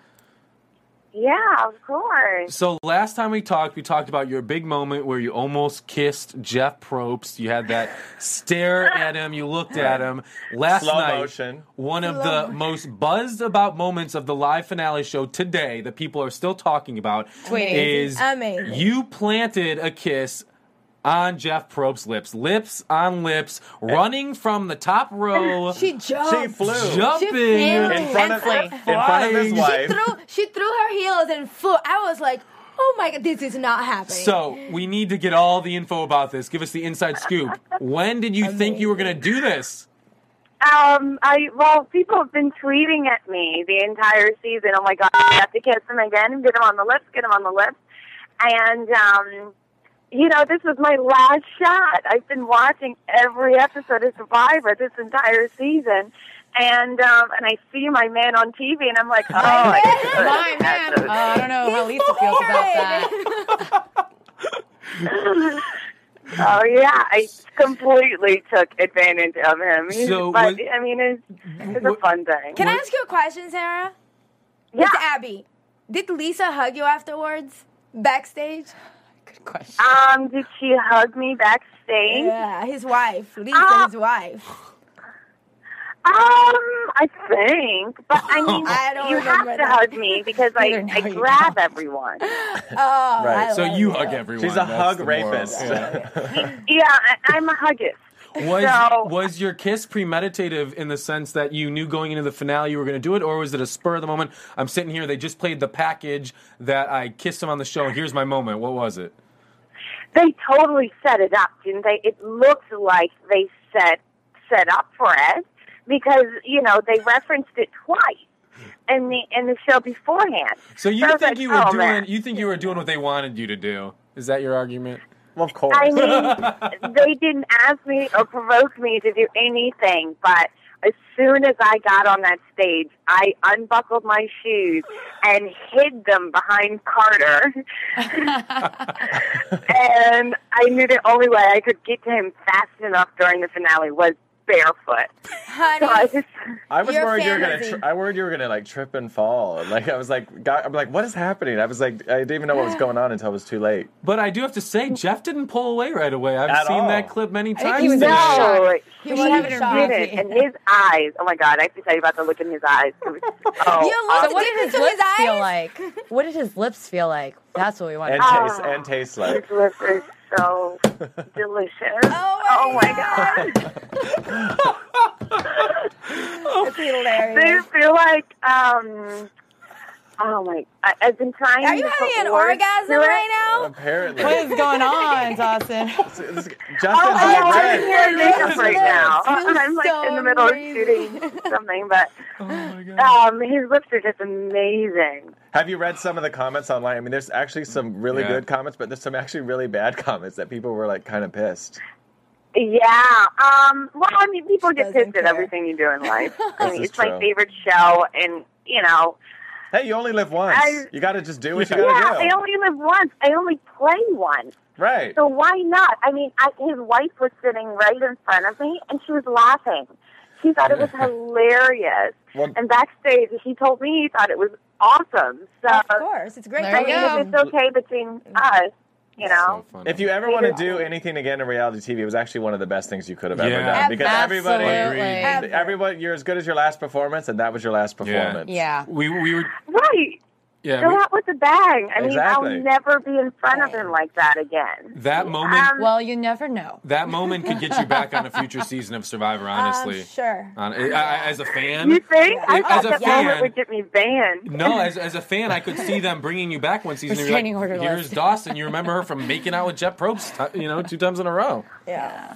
Speaker 10: Yeah, of course.
Speaker 2: So last time we talked, we talked about your big moment where you almost kissed Jeff Probst. You had that stare at him. You looked at him. Last
Speaker 4: Slow
Speaker 2: night,
Speaker 4: motion.
Speaker 2: one of
Speaker 4: Slow
Speaker 2: the
Speaker 4: motion.
Speaker 2: most buzzed about moments of the live finale show today that people are still talking about
Speaker 5: Tweeting.
Speaker 2: is
Speaker 5: Amazing.
Speaker 2: you planted a kiss on Jeff Probst's lips, lips on lips, running from the top row.
Speaker 5: She jumped.
Speaker 2: She flew. Jumping. In front of- in front of his wife.
Speaker 5: She threw, she threw her heels and flew. I was like, oh my god, this is not happening.
Speaker 2: So we need to get all the info about this. Give us the inside scoop. When did you think you were going to do this?
Speaker 10: Um, I well, people have been tweeting at me the entire season. Oh my god, I have to kiss him again. Get him on the lips. Get him on the lips. And um, you know, this was my last shot. I've been watching every episode of Survivor this entire season. And um, and I see my man on TV, and I'm like, oh, I guess
Speaker 3: My
Speaker 10: I
Speaker 3: man. Oh, I don't know how Lisa feels about that.
Speaker 10: oh yeah, I completely took advantage of him. He's-
Speaker 2: So
Speaker 10: but
Speaker 2: was-
Speaker 10: I mean, it's, it's a fun thing.
Speaker 5: Can I ask you a question, Sarah?
Speaker 10: Yeah.
Speaker 5: It's Abby. Did Lisa hug you afterwards? Backstage?
Speaker 10: Um, did she hug me backstage?
Speaker 5: Yeah, his wife. Lisa,
Speaker 10: Ah.
Speaker 5: his wife.
Speaker 10: Um, I think, but I mean,
Speaker 5: I don't
Speaker 10: you have
Speaker 5: remember
Speaker 10: to
Speaker 5: that.
Speaker 10: hug me because I, I grab everyone.
Speaker 5: Oh,
Speaker 2: right.
Speaker 5: I
Speaker 2: So
Speaker 5: love
Speaker 2: you
Speaker 5: it.
Speaker 2: hug everyone.
Speaker 9: She's a
Speaker 2: That's
Speaker 9: hug
Speaker 2: the moral.
Speaker 9: rapist.
Speaker 2: Yeah.
Speaker 10: Yeah, I, I'm a huggist.
Speaker 2: Was
Speaker 10: so
Speaker 2: was your kiss premeditative in the sense that you knew going into the finale you were going to do it, or was it a spur of the moment? I'm sitting here. They just played the package that I kissed him on the show. Here's my moment. What was it?
Speaker 10: they totally set it up, didn't they? It looked like they set set up for it because you know they referenced it twice in the in the show beforehand.
Speaker 2: So you
Speaker 10: I was
Speaker 2: think
Speaker 10: like,
Speaker 2: you were
Speaker 10: "Oh,
Speaker 2: doing
Speaker 10: man."
Speaker 2: you think you were doing what they wanted you to do? Is that your argument?
Speaker 9: Well, of course.
Speaker 10: I mean, they didn't ask me or provoke me to do anything, but as soon as I got on that stage, I unbuckled my shoes and hid them behind Carter. and I knew the only way I could get to him fast enough during the finale was barefoot.
Speaker 5: Honey,
Speaker 10: So I just,
Speaker 4: I was
Speaker 5: Your
Speaker 4: worried you were gonna.
Speaker 5: fantasy.
Speaker 4: Tri- I worried you were gonna like trip and fall. Like I was like, God, I'm like, what is happening? I was like, I didn't even know what was going on until it was too late.
Speaker 2: But I do have to say, Jeff didn't pull away right away. I've
Speaker 4: At
Speaker 2: seen
Speaker 4: all.
Speaker 2: that clip many
Speaker 5: think he
Speaker 2: times.
Speaker 5: was in
Speaker 2: today.
Speaker 5: shock.
Speaker 10: no,
Speaker 5: He was having a
Speaker 10: did
Speaker 5: shock.
Speaker 10: it. And his eyes, oh my God, I have to tell you about the look in his eyes. It was- oh,
Speaker 5: You looked
Speaker 10: awesome.
Speaker 5: at
Speaker 3: What did his
Speaker 5: Into his
Speaker 3: lips feel
Speaker 5: eyes?
Speaker 3: like? What did his lips feel like? That's what we want.
Speaker 4: And
Speaker 10: Ah.
Speaker 4: taste and taste like.
Speaker 10: His lip is so delicious.
Speaker 5: Oh,
Speaker 10: Oh my
Speaker 5: God.
Speaker 10: god.
Speaker 5: That's hilarious.
Speaker 10: They feel like um oh my I, I've been trying
Speaker 5: Are you
Speaker 10: to
Speaker 5: having
Speaker 10: put
Speaker 5: an
Speaker 10: words to
Speaker 5: orgasm
Speaker 10: it.
Speaker 5: right
Speaker 2: Uh,
Speaker 5: now?
Speaker 4: Apparently,
Speaker 3: What is going on, Dawson?
Speaker 4: Justin's
Speaker 10: Oh,
Speaker 4: hot
Speaker 10: I'm
Speaker 4: red.
Speaker 10: wearing your makeup right now.
Speaker 3: This is
Speaker 10: I'm like
Speaker 3: so
Speaker 10: in the middle
Speaker 3: amazing.
Speaker 10: of shooting something, but
Speaker 2: Oh my god.
Speaker 10: um, his lips are just amazing.
Speaker 4: Have you read some of the comments online? I mean, there's actually some really
Speaker 2: Yeah.
Speaker 4: good comments, but there's some actually really bad comments that people were like kind of pissed.
Speaker 10: Yeah. Um, well, I mean, people get
Speaker 5: Doesn't
Speaker 10: pissed
Speaker 5: care.
Speaker 10: at everything you do in life. I
Speaker 4: This
Speaker 10: mean,
Speaker 4: is
Speaker 10: it's
Speaker 4: true.
Speaker 10: my favorite show, and you know,
Speaker 4: Hey, you only live once.
Speaker 10: I-
Speaker 4: you got to just do what you
Speaker 10: yeah,
Speaker 4: got to
Speaker 10: I
Speaker 4: do.
Speaker 10: only live once. I only play once.
Speaker 4: right.
Speaker 10: So why not? I mean, I, his wife was sitting right in front of me, and she was laughing. She thought it was hilarious.
Speaker 4: Well-
Speaker 10: and backstage, he told me he thought it was awesome. So
Speaker 5: Of course. It's great. Um,
Speaker 3: There
Speaker 10: I
Speaker 3: you
Speaker 10: mean,
Speaker 3: go.
Speaker 10: if it's okay between us, you know.
Speaker 2: So funny.
Speaker 4: If you ever want to do anything again in reality TV, it was actually one of the best things you could have ever
Speaker 2: Yeah.
Speaker 4: done because everybody,
Speaker 3: Absolutely.
Speaker 5: Agreed.
Speaker 4: everyone, you're as good as your last performance, and that was your last performance.
Speaker 3: Yeah.
Speaker 2: we we were
Speaker 10: Right.
Speaker 2: yeah.
Speaker 10: Go
Speaker 2: we-
Speaker 10: out with a bang. I mean,
Speaker 4: Exactly.
Speaker 10: I'll never be in front of him like that again.
Speaker 2: that moment
Speaker 10: Um,
Speaker 3: Well, you never know.
Speaker 2: that moment could get you back on a future season of Survivor. Honestly,
Speaker 5: Um, sure.
Speaker 2: On- eh, I- I- as a fan,
Speaker 10: you think? I
Speaker 2: As
Speaker 10: thought
Speaker 2: a
Speaker 10: that
Speaker 2: fan-
Speaker 10: moment would get me banned.
Speaker 2: No, as, as a fan, I could see them bringing you back one season. and be
Speaker 3: Restraining
Speaker 2: like,
Speaker 3: order
Speaker 2: Here's
Speaker 3: list."
Speaker 2: Dawson. You remember her from making out with Jeff Probst, uh, you know, two times in a row.
Speaker 5: Yeah.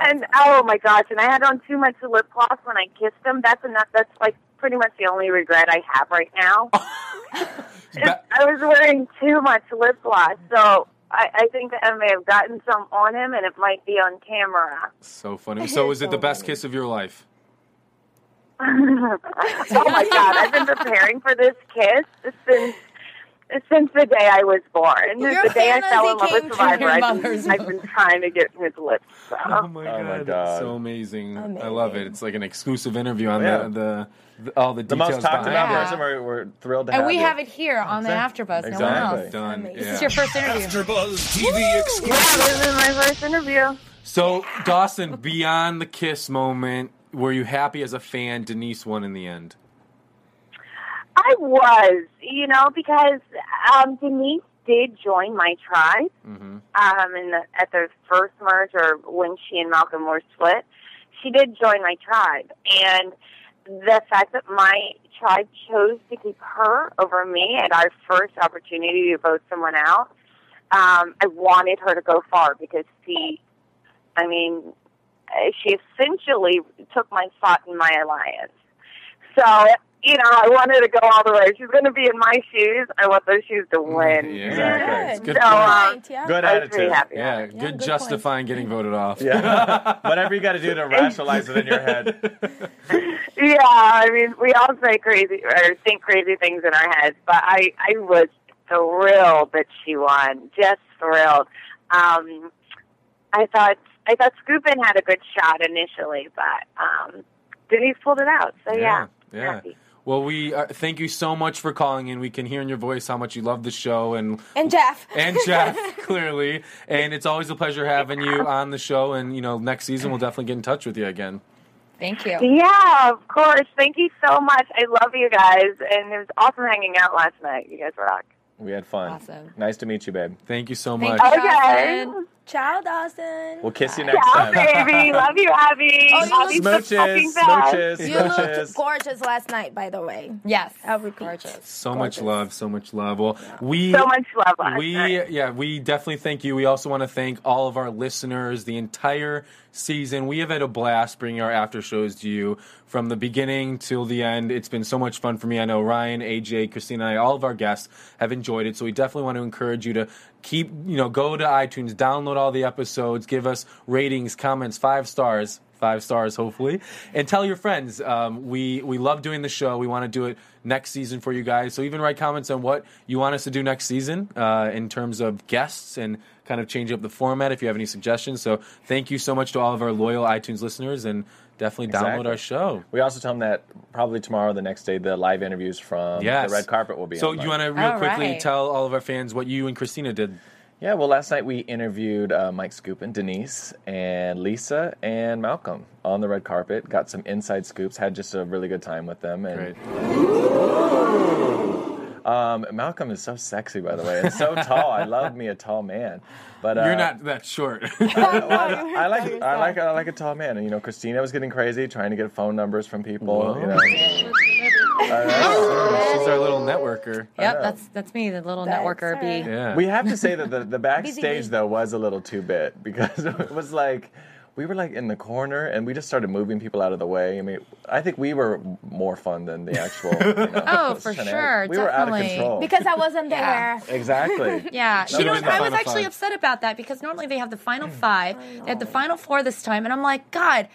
Speaker 10: And oh my gosh, and I had on too much lip gloss when I kissed him. That's enough. That's like pretty much the only regret I have right now.
Speaker 2: Ba-
Speaker 10: I was wearing too much lip gloss, so I, I think that I may have gotten some on him, and it might be on camera.
Speaker 2: so funny. So, was it the best kiss of your life?
Speaker 10: Oh my god, I've been preparing for this kiss since. Since the day I was born,
Speaker 5: Your
Speaker 10: the day I fell in love
Speaker 5: fantasy came
Speaker 10: with Survivor,
Speaker 5: true.
Speaker 10: I've
Speaker 3: Mother's
Speaker 10: been, I've been trying to get his lips. So.
Speaker 5: Uh-huh.
Speaker 2: my
Speaker 4: Oh my God.
Speaker 2: So amazing. I love it. It's like an exclusive interview on
Speaker 4: Yeah.
Speaker 2: the, the, the all the
Speaker 4: The
Speaker 2: details.
Speaker 4: most talked
Speaker 2: behind
Speaker 4: about
Speaker 3: Yeah.
Speaker 4: person, we're, we're thrilled to
Speaker 3: And
Speaker 4: have
Speaker 3: we
Speaker 4: you.
Speaker 3: have it here on the AfterBuzz. No one
Speaker 2: Exactly.
Speaker 3: else.
Speaker 2: Done.
Speaker 5: Amazing.
Speaker 2: Yeah.
Speaker 3: This is your first interview.
Speaker 1: AfterBuzz TV
Speaker 10: Yeah,
Speaker 1: exclusive.
Speaker 10: this is my first interview.
Speaker 2: So, Dawson, beyond the kiss moment, were you happy as a fan? Denise won in the end.
Speaker 10: I was, you know, because um, Denise did join my tribe um, in the, at the first merge or when she and Malcolm were split. She did join my tribe. And the fact that my tribe chose to keep her over me at our first opportunity to vote someone out, um, I wanted her to go far because she, I mean, eh, uh, she essentially took my spot in my alliance. So you know, I wanted to go all the way. If she's going to be in my shoes. I want those shoes to win.
Speaker 2: Exactly.
Speaker 10: So, um,
Speaker 2: Good
Speaker 10: I was
Speaker 2: attitude.
Speaker 10: pretty happy.
Speaker 2: Yeah, good, justifying getting voted off.
Speaker 4: Yeah. Whatever you got to do to rationalize it in your head.
Speaker 10: Yeah, I mean, we all say crazy or think crazy things in our heads, but I I was thrilled that she won, just thrilled. Um, I thought I thought Scoopin had a good shot initially, but um, Denise pulled it out. So yeah,
Speaker 2: Yeah. Well, we are, thank you so much for calling in. We can hear in your voice how much you love the show and
Speaker 5: And Jeff.
Speaker 2: and Jeff clearly. And it's always a pleasure having you on the show. And you know, next season we'll definitely get in touch with you again.
Speaker 3: Thank you.
Speaker 10: Yeah, of course. Thank you so much. I love you guys, and it was awesome hanging out last night. You guys rock.
Speaker 4: We had fun.
Speaker 10: Awesome.
Speaker 4: Nice to meet you, babe.
Speaker 2: Thank you so
Speaker 10: Thank much. you, Okay.
Speaker 5: Ciao, Dawson.
Speaker 4: We'll kiss you next time.
Speaker 10: Oh, baby. Love you, Abby.
Speaker 5: Oh, you
Speaker 10: Love you so
Speaker 4: Smooches,
Speaker 10: fucking bad.
Speaker 4: smooches,
Speaker 5: You
Speaker 4: smooches.
Speaker 5: looked gorgeous last night, by the way.
Speaker 3: Yes.
Speaker 5: I'll repeat. Gorgeous.
Speaker 2: So much love, so much love. Well, we
Speaker 10: So much love last
Speaker 2: we
Speaker 10: night.
Speaker 2: yeah, we definitely thank you. We also want to thank all of our listeners the entire season. We have had a blast bringing our after shows to you from the beginning till the end. It's been so much fun for me. I know Ryan, AJ, Christina, and I, all of our guests have enjoyed it. So we definitely want to encourage you to keep you know go to iTunes, download all the episodes, give us ratings, comments, five stars. Five stars, hopefully, and tell your friends. Um, we we love doing the show. We want to do it next season for you guys. So even write comments on what you want us to do next season uh, in terms of guests and kind of change up the format. If you have any suggestions, so thank you so much to all of our loyal iTunes listeners, and definitely download
Speaker 4: Exactly.
Speaker 2: our show.
Speaker 4: We also tell them that probably tomorrow, the next day, the live interviews from
Speaker 2: Yes.
Speaker 4: the red carpet will be.
Speaker 2: So
Speaker 4: on
Speaker 2: you
Speaker 4: Monday.
Speaker 2: want to real
Speaker 3: All
Speaker 2: quickly
Speaker 3: right.
Speaker 2: tell all of our fans what you and Christina did.
Speaker 4: Yeah, well, last night we interviewed uh, Mike Scoopin, Denise, and Lisa and Malcolm on the red carpet. Got some inside scoops. Had just a really good time with them. And um, Malcolm is so sexy, by the way, and so tall. I love me a tall man. But uh,
Speaker 2: You're not that short.
Speaker 4: I like I like I like a tall man. And you know, Christina was getting crazy trying to get phone numbers from people. You know, I know.
Speaker 2: She's our little networker.
Speaker 3: Yep, that's that's me, the little networker bee.
Speaker 4: We have to say that the, the backstage
Speaker 3: Busy.
Speaker 4: though was a little too bit because it was like we were like in the corner and we just started moving people out of the way. I mean, I think we were more fun than the actual. You know,
Speaker 3: Oh, for
Speaker 4: shenanigans.
Speaker 3: sure,
Speaker 4: We were out of
Speaker 3: definitely.
Speaker 4: control
Speaker 5: Because I wasn't there.
Speaker 4: exactly.
Speaker 3: Yeah,
Speaker 4: That
Speaker 3: you know,
Speaker 4: would've been
Speaker 3: what?
Speaker 4: the
Speaker 3: I was
Speaker 4: final
Speaker 3: actually
Speaker 4: five.
Speaker 3: upset about that because normally they have the final five. They had the final four this time, and I'm like, God,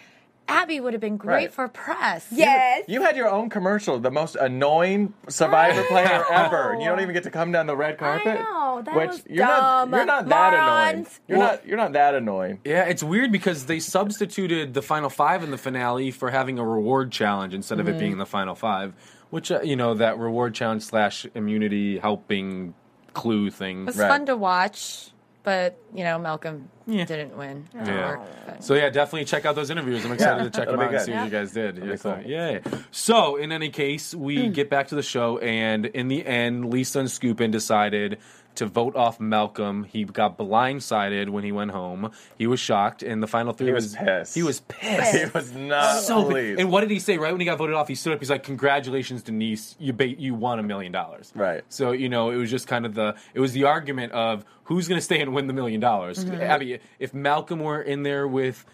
Speaker 3: Abby would have been great
Speaker 4: Right.
Speaker 3: for press.
Speaker 5: Yes.
Speaker 4: You had your own commercial, the most annoying Survivor player ever. You don't even get to come down the red carpet.
Speaker 5: know, that
Speaker 4: which
Speaker 5: was
Speaker 4: you're
Speaker 5: dumb.
Speaker 4: not you're not that annoying.
Speaker 5: Morons.
Speaker 4: You're
Speaker 2: Well-
Speaker 4: not you're not that annoying.
Speaker 2: Yeah, it's weird because they substituted the final five in the finale for having a reward challenge instead of it
Speaker 4: Mhm.
Speaker 3: Mm-hmm.
Speaker 2: being the final five, which uh, you know that reward challenge slash immunity helping clue thing.
Speaker 3: It was fun to watch, but you know, Malcolm didn't win. It didn't
Speaker 2: Yeah.
Speaker 3: work, but-
Speaker 2: So yeah, definitely check out those interviews. I'm excited to check
Speaker 4: That'll
Speaker 2: them
Speaker 4: be good.
Speaker 2: out and see what you
Speaker 4: Yeah.
Speaker 2: guys did. Yeah, so, yay. So in any case, we get back to the show, and in the end, Lisa and Scoopin decided to vote off Malcolm. He got blindsided when he went home. He was shocked, and the final three
Speaker 4: He was pissed.
Speaker 2: He was pissed.
Speaker 4: He was not
Speaker 2: so
Speaker 4: pleased.
Speaker 2: And what did he say right when he got voted off? He stood up. He's like, "Congratulations, Denise. You ba- you won a million dollars."
Speaker 4: Right.
Speaker 2: So you know, it was just kind of the it was the argument of who's going to stay and win the million dollars.
Speaker 4: Mhm.
Speaker 2: Abby, if Malcolm were in there with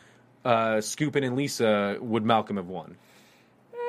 Speaker 2: uh, Scoopin and Lisa, would Malcolm have won?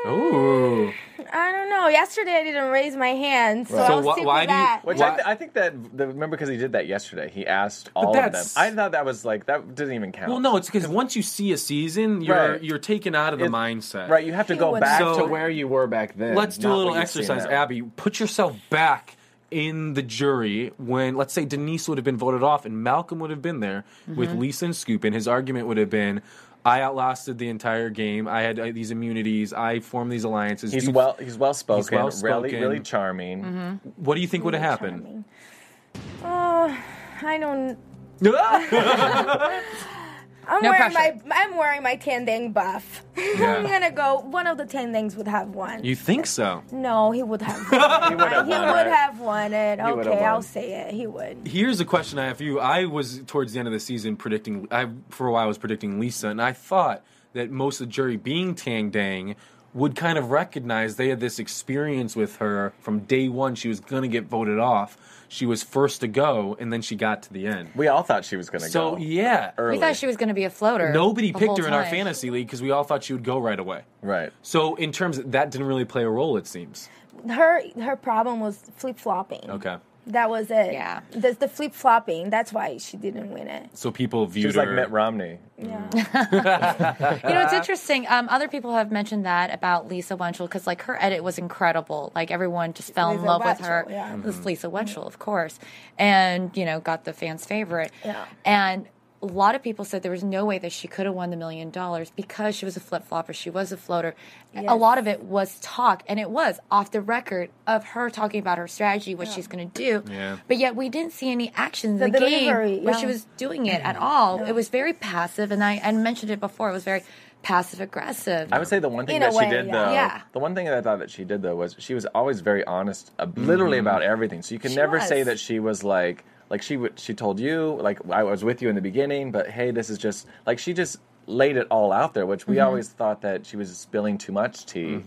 Speaker 2: Oh,
Speaker 5: I don't know. Yesterday I didn't raise my hand, so,
Speaker 4: Right. So
Speaker 5: I'll
Speaker 4: wha-
Speaker 5: stick
Speaker 2: why
Speaker 5: with
Speaker 2: do you-
Speaker 5: that.
Speaker 4: Which I, th- I think that the, remember because he did that yesterday. He asked all of them.
Speaker 2: that's-
Speaker 4: I thought that was like that didn't even count.
Speaker 2: well, no, it's because once you see a season, you're
Speaker 4: Right.
Speaker 2: you're taken out of the
Speaker 4: It's-
Speaker 2: mindset.
Speaker 4: right, you have to
Speaker 2: He
Speaker 4: go
Speaker 2: would
Speaker 4: back
Speaker 2: not.
Speaker 4: to where you were back then.
Speaker 2: Let's do
Speaker 4: not
Speaker 2: a little
Speaker 4: what you've seen
Speaker 2: exercise,
Speaker 4: now.
Speaker 2: Abby. Put yourself back in the jury when, let's say, Denise would have been voted off and Malcolm would have been there with
Speaker 4: Mhm.
Speaker 2: Lisa and Scoopin. His argument would have been. I outlasted the entire game. I had uh, these immunities. I formed these alliances.
Speaker 4: He's
Speaker 2: Do you-
Speaker 4: well. He's well spoken. really,
Speaker 2: well-spoken.
Speaker 4: really charming.
Speaker 2: What do you think would have happened?
Speaker 5: Oh, I don't. I'm
Speaker 3: No
Speaker 5: wearing my I'm wearing my Tandang buff. I'm gonna go. One of the Tandings would have won.
Speaker 2: You think so?
Speaker 5: No, he would have. won. he would
Speaker 2: have won, right?
Speaker 5: have won it.
Speaker 2: He would have
Speaker 5: Okay, I'll
Speaker 2: won.
Speaker 5: say it. He would.
Speaker 2: Here's a question I have for you. I was towards the end of the season predicting. I for a while was predicting Lisa, and I thought that most of the jury being Tang Dang would kind of recognize they had this experience with her from day one. She was going to get voted off. She was first to go, and then she got to the end.
Speaker 4: We all thought she was going to
Speaker 2: so,
Speaker 4: go.
Speaker 2: yeah.
Speaker 3: We thought she was going to be a floater.
Speaker 2: Nobody
Speaker 3: the
Speaker 2: picked
Speaker 3: whole
Speaker 2: her in our
Speaker 3: time.
Speaker 2: fantasy league because we all thought she would go right away.
Speaker 4: Right.
Speaker 2: So in terms that didn't really play a role, it seems.
Speaker 5: Her her problem was flip flopping.
Speaker 2: Okay.
Speaker 5: That was it. Yeah. The, the flip flopping. That's why she didn't win it.
Speaker 2: So people viewed
Speaker 4: She's like
Speaker 2: her-
Speaker 4: Mitt Romney.
Speaker 3: You know, it's
Speaker 5: Uh-huh.
Speaker 3: interesting. Um, other people have mentioned that about Lisa Wenchel because, like, her edit was incredible. Like, everyone just fell in
Speaker 5: Lisa
Speaker 3: love with her.
Speaker 5: Wenchel, yeah.
Speaker 3: This Lisa Wenchel, of course, and you know, got the fans' favorite.
Speaker 5: Yeah.
Speaker 3: And a lot of people said there was no way that she could have won the million dollars because she was a flip flopper. She was a floater. A
Speaker 5: Yes.
Speaker 3: lot of it was talk, and it was off the record of her talking about her strategy, what she's going to do.
Speaker 8: Yeah.
Speaker 3: But yet, we didn't see any action in the,
Speaker 5: The
Speaker 3: game
Speaker 5: delivery,
Speaker 3: where
Speaker 5: yeah.
Speaker 3: she was doing it at all. It was very passive, and I, I mentioned it before. It was very passive aggressive.
Speaker 4: I would say the one thing
Speaker 3: In a
Speaker 4: that
Speaker 3: way,
Speaker 4: she did
Speaker 3: yeah.
Speaker 4: though,
Speaker 3: Yeah.
Speaker 4: the one thing that I thought that she did though was she was always very honest, uh, literally about everything. So you can
Speaker 3: She
Speaker 4: never say
Speaker 3: was.
Speaker 4: that she was like like she would she told you like I was with you in the beginning, but hey, this is just like she just laid it all out there, which we
Speaker 5: Mhm.
Speaker 4: always thought that she was spilling too much tea.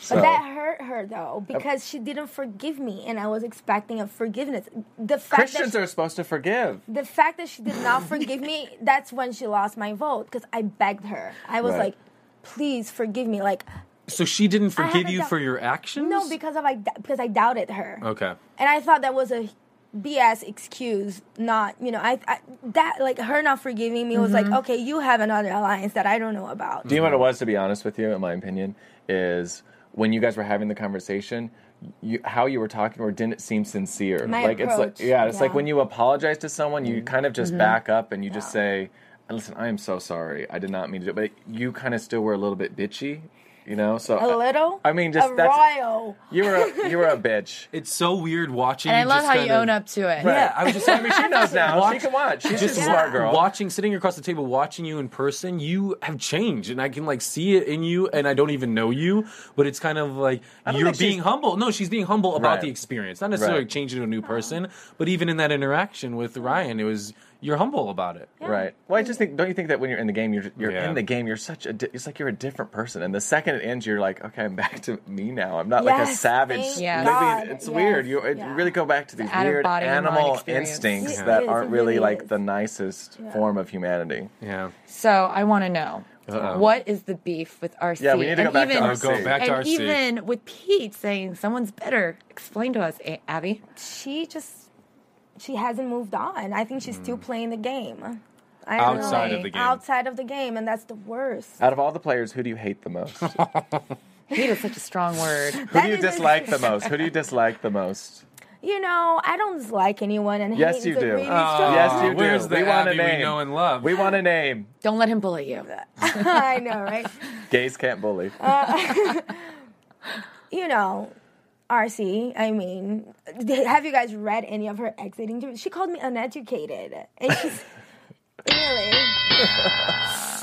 Speaker 4: So Uh,
Speaker 5: But that hurt her though because she didn't forgive me, and I was expecting a forgiveness. The fact
Speaker 4: Christians
Speaker 5: that
Speaker 4: are supposed to forgive.
Speaker 5: she, the fact that she did not forgive me, that's when she lost my vote because I begged her. I was
Speaker 2: Right.
Speaker 5: like, "Please forgive me." Like,
Speaker 2: So she didn't
Speaker 5: I
Speaker 2: forgive
Speaker 5: haven't
Speaker 2: you
Speaker 5: done-
Speaker 2: for your actions?
Speaker 5: no, because of I because I doubted her,
Speaker 4: Uh.
Speaker 2: Okay.
Speaker 5: and I thought that was a BS excuse. Not you know, I, I that like her not forgiving me was like,
Speaker 4: Mhm.
Speaker 5: okay, you have another alliance that I don't know about.
Speaker 4: Do you know what it was? To be honest with you, in my opinion, is when you guys were having the conversation, you, how you were talking or didn't seem sincere.
Speaker 5: My
Speaker 4: like it's like
Speaker 5: approach,
Speaker 4: yeah, it's like
Speaker 5: yeah.
Speaker 4: when you apologize to someone, you kind of just
Speaker 5: Mhm.
Speaker 4: back up and you just say, "Listen, I am so sorry. I did not mean to." do But you kind of still were a little bit bitchy, you know. So
Speaker 5: a little.
Speaker 4: Uh, I, I mean, just
Speaker 5: a
Speaker 4: that's
Speaker 5: royal.
Speaker 4: you were a, you were a bitch.
Speaker 2: It's so weird watching.
Speaker 3: and I
Speaker 2: you
Speaker 3: love
Speaker 2: just
Speaker 3: how you
Speaker 2: kind of-
Speaker 3: own up to
Speaker 2: Right.
Speaker 3: it.
Speaker 2: Yeah, I was just. I mean, she
Speaker 4: knows now. She can watch. She's just a smart girl.
Speaker 2: Watching, sitting across the table, watching you in person, you have changed, and I can like see it in you. And I don't even know you, but it's kind of like
Speaker 4: I don't
Speaker 2: you're
Speaker 4: think she's-
Speaker 2: being humble. No, she's being humble about
Speaker 4: Right.
Speaker 2: the experience, not necessarily
Speaker 4: Right.
Speaker 2: changing to a new person, but even in that interaction with Ryan, it was you're humble about it.
Speaker 4: Right. Well, I just think. Don't you think that when you're in the game, you're you're
Speaker 2: Yeah.
Speaker 4: in the game. You're such a. Di- it's like you're a different person. And the second it ends, you're like, okay, I'm back to me now. I'm not like a
Speaker 5: Yes,
Speaker 4: savage.
Speaker 5: thank
Speaker 4: living-
Speaker 5: God,
Speaker 4: It's
Speaker 5: yes,
Speaker 4: weird. You it- you really go back to these
Speaker 5: out of
Speaker 4: weird
Speaker 5: body and mind
Speaker 4: animal
Speaker 5: experience.
Speaker 4: instincts
Speaker 5: It
Speaker 4: that
Speaker 5: is,
Speaker 4: aren't
Speaker 5: it
Speaker 4: really,
Speaker 5: really
Speaker 4: like the nicest form of humanity.
Speaker 2: Yeah.
Speaker 3: So I want to know
Speaker 4: Uh-oh.
Speaker 3: what is the beef with RC?
Speaker 4: Yeah, we need to go
Speaker 3: And
Speaker 4: back to
Speaker 3: even-
Speaker 4: RC. Go back to
Speaker 3: and
Speaker 4: RC.
Speaker 3: even with Pete saying someone's better, explain to us, A- Abby.
Speaker 5: she just she hasn't moved on. I think she's still playing the game. I
Speaker 4: Hmm.
Speaker 5: don't
Speaker 4: Outside of the game.
Speaker 5: Outside of the game, and that's the worst.
Speaker 4: Out of all the players, who do you hate the most?
Speaker 3: Hate is such a strong word.
Speaker 4: who do you dislike the most? Who do you dislike the most?
Speaker 5: You know, I don't dislike anyone, and
Speaker 4: Yes,
Speaker 5: hate
Speaker 4: you
Speaker 5: is
Speaker 4: do.
Speaker 5: a
Speaker 4: Uh,
Speaker 5: really strong-
Speaker 4: yes, you do.
Speaker 2: where's the
Speaker 4: we want a
Speaker 2: Abby we
Speaker 4: name.
Speaker 2: know and love?
Speaker 4: We want a name.
Speaker 3: Don't let him bully you.
Speaker 5: I know, right?
Speaker 4: Gays can't bully.
Speaker 5: Uh, you know, RC. I mean, have you guys read any of her exit interviews? She called me uneducated, and she's really,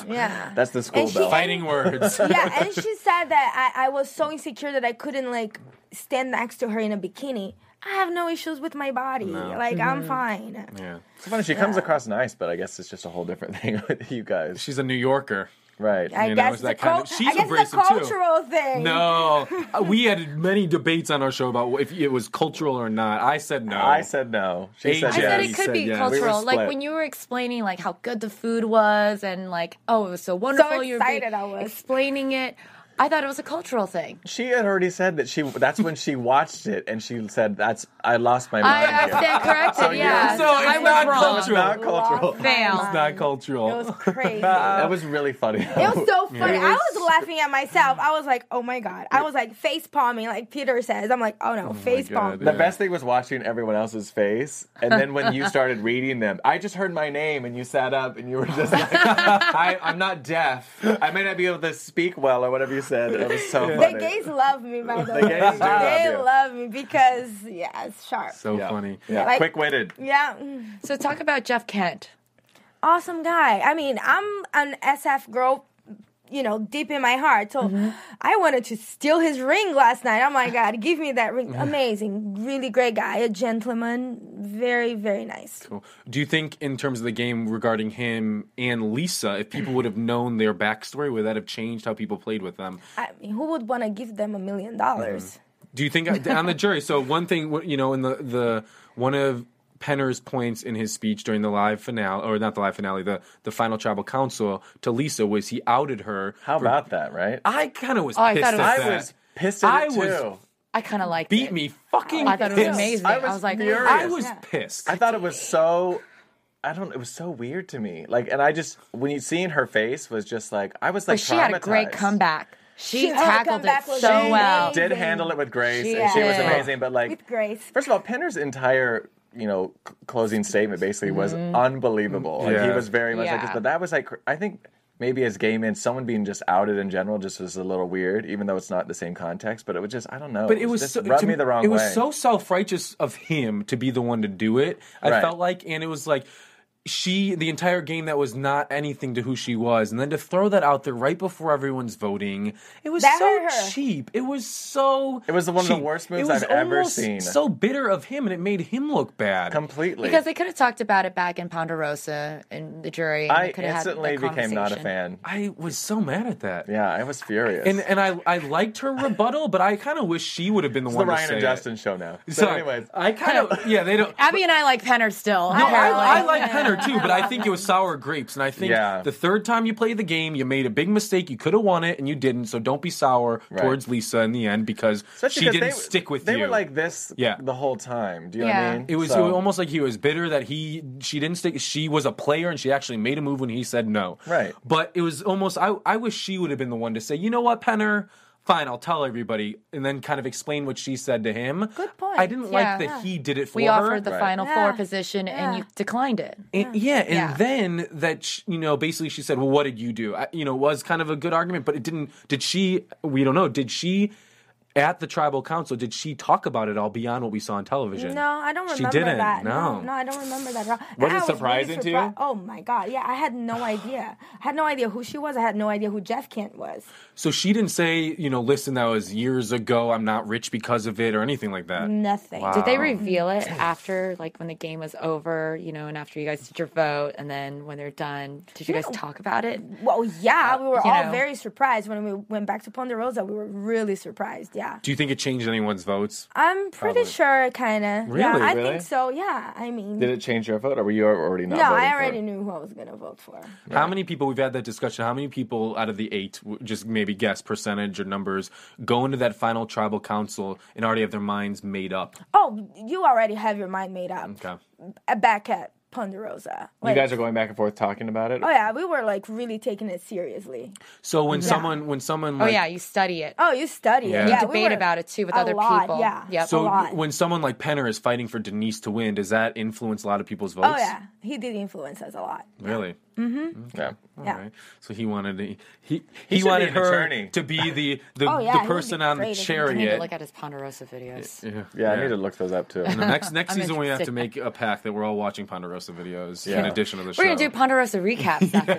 Speaker 5: yeah.
Speaker 4: That's the school
Speaker 5: And she-
Speaker 4: bell.
Speaker 2: Fighting words.
Speaker 5: yeah, and she said that I, I was so insecure that I couldn't like stand next to her in a bikini. I have no issues with my body.
Speaker 4: No.
Speaker 5: Like I'm
Speaker 4: Mhm.
Speaker 5: fine.
Speaker 2: Yeah.
Speaker 4: It's funny. She comes
Speaker 5: Yeah.
Speaker 4: across nice, but I guess it's just a whole different thing with you guys.
Speaker 2: She's a New Yorker.
Speaker 4: Right.
Speaker 5: I
Speaker 2: You know,
Speaker 5: guess
Speaker 2: it's
Speaker 5: it's
Speaker 2: that
Speaker 5: a
Speaker 2: kind
Speaker 5: cul-
Speaker 2: of- she's
Speaker 5: I guess it's a
Speaker 2: abrasive, too.
Speaker 5: cultural thing.
Speaker 2: No, Uh, we had many debates on our show about if it was cultural or not. I said no. I
Speaker 4: said no.
Speaker 2: She
Speaker 3: I said it could be cultural. like when you were explaining like how good the food was and like oh it was so wonderful. you
Speaker 5: excited
Speaker 3: were I was. explaining it. I thought it was a cultural thing.
Speaker 4: She had already said that she. That's when she watched it, and she said, "That's I lost my
Speaker 3: I,
Speaker 4: mind."
Speaker 3: I
Speaker 4: here."
Speaker 3: stand corrected.
Speaker 4: So
Speaker 3: yeah,
Speaker 4: you're-
Speaker 3: I was wrong.
Speaker 4: So it's not cultural.
Speaker 3: Fail.
Speaker 4: It's not cultural.
Speaker 5: It was crazy.
Speaker 4: that was really funny. It
Speaker 5: It was so funny. I was laughing at myself. I was like, oh my God. I was like face palming, like Peter says. I'm like, oh no, face palm.
Speaker 4: The best thing was watching everyone else's face, and then when you started reading them, I just heard my name, and you sat up, and you were just like, I, "I'm not deaf. I may not be able to speak well, or whatever you said." It was so funny.
Speaker 5: The gays love me, by the
Speaker 4: The
Speaker 5: way.
Speaker 4: gays do love
Speaker 5: they
Speaker 4: you.
Speaker 5: love me because, yeah, it's sharp.
Speaker 2: So funny.
Speaker 4: Yeah,
Speaker 5: Like-
Speaker 4: quick witted.
Speaker 5: Yeah. mm.
Speaker 3: So talk about Jeff Kent.
Speaker 5: Awesome guy. I mean, I'm an SF girl you know, deep in my heart. So
Speaker 2: Mm-hmm.
Speaker 5: I wanted to steal his ring last night. Oh my God, give me that
Speaker 2: Mm-hmm.
Speaker 5: ring. Amazing. Really great guy, a gentleman. Very, very nice.
Speaker 2: Cool. Do you think, in terms of the game regarding him and Lisa, if people would have known their backstory, would that have changed how people played with them?
Speaker 5: I mean, who would want to give them a million dollars?
Speaker 2: Do you think uh, on the jury? So one thing, you know, in the the one of Penner's points in his speech during the live finale, or not the live finale, the the final tribal council to Lisa was he outed her. How
Speaker 4: about that, right?
Speaker 2: I kind of was.
Speaker 3: Oh, I
Speaker 2: pissed
Speaker 3: thought it
Speaker 2: at
Speaker 3: was- I
Speaker 2: that.
Speaker 3: was
Speaker 4: pissed at it,
Speaker 2: I
Speaker 4: too.
Speaker 2: was
Speaker 3: I kind of like
Speaker 2: beat me fucking.
Speaker 3: I thought it was
Speaker 2: pissed.
Speaker 3: amazing. I was, like,
Speaker 4: furious.
Speaker 3: I
Speaker 2: was pissed.
Speaker 4: I thought it was so. I don't. It was so weird to me. Like, and I just when you seeing her face was just like I was like.
Speaker 3: but she had a great
Speaker 4: traumatized.
Speaker 3: comeback. She,
Speaker 5: She- her
Speaker 3: tackled
Speaker 5: comeback
Speaker 3: it
Speaker 5: was
Speaker 3: so
Speaker 5: amazing.
Speaker 3: well.
Speaker 4: Did handle it with grace,
Speaker 5: She
Speaker 4: and she was
Speaker 5: did.
Speaker 4: amazing. But like,
Speaker 5: With grace.
Speaker 4: First of all, Penner's entire you know c- closing statement basically was
Speaker 3: Mm-hmm.
Speaker 5: Mhm.
Speaker 4: unbelievable. Like he
Speaker 2: Yeah.
Speaker 4: was very much like this,
Speaker 2: Yeah.
Speaker 4: but that was like I think maybe as gay men, someone being just outed in general just was a little weird, even though it's not the same context. But it was just I don't know.
Speaker 2: But it was
Speaker 4: just
Speaker 2: so,
Speaker 4: rubbed
Speaker 2: to-
Speaker 4: me the wrong
Speaker 2: It
Speaker 4: way.
Speaker 2: was so self righteous of him to be the one to do it. I
Speaker 4: Right.
Speaker 2: felt like, and it was like she the entire game that was not anything to who she was, and then to throw that out there right before everyone's voting, it was
Speaker 5: That hurt
Speaker 2: so
Speaker 5: her.
Speaker 2: cheap. It was so. It
Speaker 4: was one of the worst moves I've ever seen.
Speaker 2: So bitter of him, and it made him look bad
Speaker 4: completely.
Speaker 3: Because they could have talked about it back in Ponderosa and the jury. And
Speaker 4: I
Speaker 3: they could have had that
Speaker 4: instantly became not a
Speaker 3: conversation.
Speaker 4: fan.
Speaker 2: I was so mad at that.
Speaker 4: Yeah, I was furious.
Speaker 2: And and I I liked her rebuttal, but I kind of wish she would have been the
Speaker 4: it's the
Speaker 2: one.
Speaker 4: Ryan
Speaker 2: to
Speaker 4: and
Speaker 2: say it.
Speaker 4: Justin show now. So
Speaker 2: Sorry. Uh,
Speaker 4: anyways,
Speaker 2: I kind of yeah they don't.
Speaker 3: Abby and I like Penner still.
Speaker 2: No, I,
Speaker 3: apparently.
Speaker 2: I like Penner too, but I think it was sour grapes. And I think
Speaker 4: Yeah.
Speaker 2: the third time you played the game, you made a big mistake. You could have won it, and you didn't. So don't be sour
Speaker 4: Right.
Speaker 2: towards Lisa in the end because
Speaker 4: Especially
Speaker 2: she
Speaker 4: because
Speaker 2: didn't
Speaker 4: they-
Speaker 2: stick with
Speaker 4: they
Speaker 2: you.
Speaker 4: were like this
Speaker 2: yeah.
Speaker 4: the whole time. Do you know what I mean?
Speaker 2: It was,
Speaker 4: So-
Speaker 2: it was almost like he was bitter that he she didn't stick. She was a player and she actually made a move when he said no.
Speaker 4: Right.
Speaker 2: But it was almost I I wish she would have been the one to say, you know what, Penner. Fine, I'll tell everybody, and then kind of explain what she said to him. Good
Speaker 5: point.
Speaker 2: I didn't
Speaker 3: Yeah.
Speaker 2: like that he did it for
Speaker 3: we
Speaker 2: her.
Speaker 3: offered the final four
Speaker 5: Yeah.
Speaker 3: position, and
Speaker 5: Yeah.
Speaker 3: you declined it.
Speaker 2: And, yeah, and
Speaker 3: Yeah.
Speaker 2: then that sh you know, basically she said, "Well, what did you do?" I, you know, was kind of a good argument, but it didn't. Did she? We don't know. Did she? At the tribal council, did she talk about it all beyond what we saw on television?
Speaker 5: No, I don't remember
Speaker 2: She didn't.
Speaker 5: that.
Speaker 2: No.
Speaker 5: no, I don't remember that at all.
Speaker 2: Was
Speaker 5: And
Speaker 2: it
Speaker 5: I
Speaker 2: surprising to you?
Speaker 5: surpri- Oh my god, yeah, I had no idea. I had no idea who she was. I had no idea who Jeff Kent was.
Speaker 2: So she didn't say, you know, listen, that was years ago. I'm not rich because of it or anything like that.
Speaker 5: Nothing.
Speaker 2: Wow.
Speaker 3: Did they reveal it after, like, when the game was over, you know, and after you guys did your vote, and then when they're done, did you guys talk about it?
Speaker 5: Well, yeah, we were
Speaker 3: you
Speaker 5: all
Speaker 3: know.
Speaker 5: very surprised when we went back to Ponderosa. We were really surprised. Yeah,
Speaker 2: Do you think it changed anyone's votes?
Speaker 5: I'm pretty
Speaker 2: Probably.
Speaker 5: sure, kind of.
Speaker 2: Really?
Speaker 5: Yeah, I
Speaker 2: Really?
Speaker 5: think so. Yeah, I mean,
Speaker 4: Did it change your vote, or were you already not?
Speaker 5: no,
Speaker 4: voting
Speaker 5: I
Speaker 4: for it?
Speaker 5: already knew who I was gonna vote for.
Speaker 2: How many people, we've had that discussion, how many people out of the eight, w- just maybe guess percentage or numbers, go into that final tribal council and already have their minds made up?
Speaker 5: Oh, you already have your mind made up.
Speaker 2: Okay.
Speaker 5: Uh, Back at Ponderosa. Like,
Speaker 4: you guys are going back and forth talking about it.
Speaker 5: Oh yeah, we were like really taking it seriously.
Speaker 2: So when
Speaker 5: Yeah.
Speaker 2: someone, when someone,
Speaker 3: Oh,
Speaker 2: like,
Speaker 3: yeah, you study it.
Speaker 5: Oh, you study
Speaker 2: Yeah.
Speaker 5: it.
Speaker 2: You
Speaker 5: Yeah,
Speaker 3: debate about it, too, with
Speaker 5: a
Speaker 3: other
Speaker 5: lot,
Speaker 3: people.
Speaker 5: Yeah,
Speaker 3: Yep.
Speaker 5: a
Speaker 2: so
Speaker 5: lot.
Speaker 2: when someone like Penner is fighting for Denise to win, does that influence a lot of people's votes?
Speaker 5: oh yeah, he did influence us a lot.
Speaker 2: Really?
Speaker 5: Mm-hmm.
Speaker 4: Yeah.
Speaker 2: All
Speaker 5: Yeah.
Speaker 2: right. So he wanted to, he
Speaker 4: He
Speaker 2: he,
Speaker 4: should be
Speaker 2: wanted
Speaker 4: an
Speaker 2: her
Speaker 4: attorney.
Speaker 2: to be the the,
Speaker 3: Oh, yeah, he would
Speaker 2: the
Speaker 3: be
Speaker 2: person on
Speaker 3: great
Speaker 2: the
Speaker 3: as an
Speaker 2: chariot.
Speaker 3: attorney. I need to look at his Ponderosa videos.
Speaker 2: Yeah,
Speaker 4: Yeah, I need to look those up too.
Speaker 2: And the next next
Speaker 3: I'm
Speaker 2: season we have to
Speaker 3: interested.
Speaker 2: make a pact that we're all watching Ponderosa videos in
Speaker 4: Yeah.
Speaker 2: addition to the show.
Speaker 3: We're going to do Ponderosa recaps after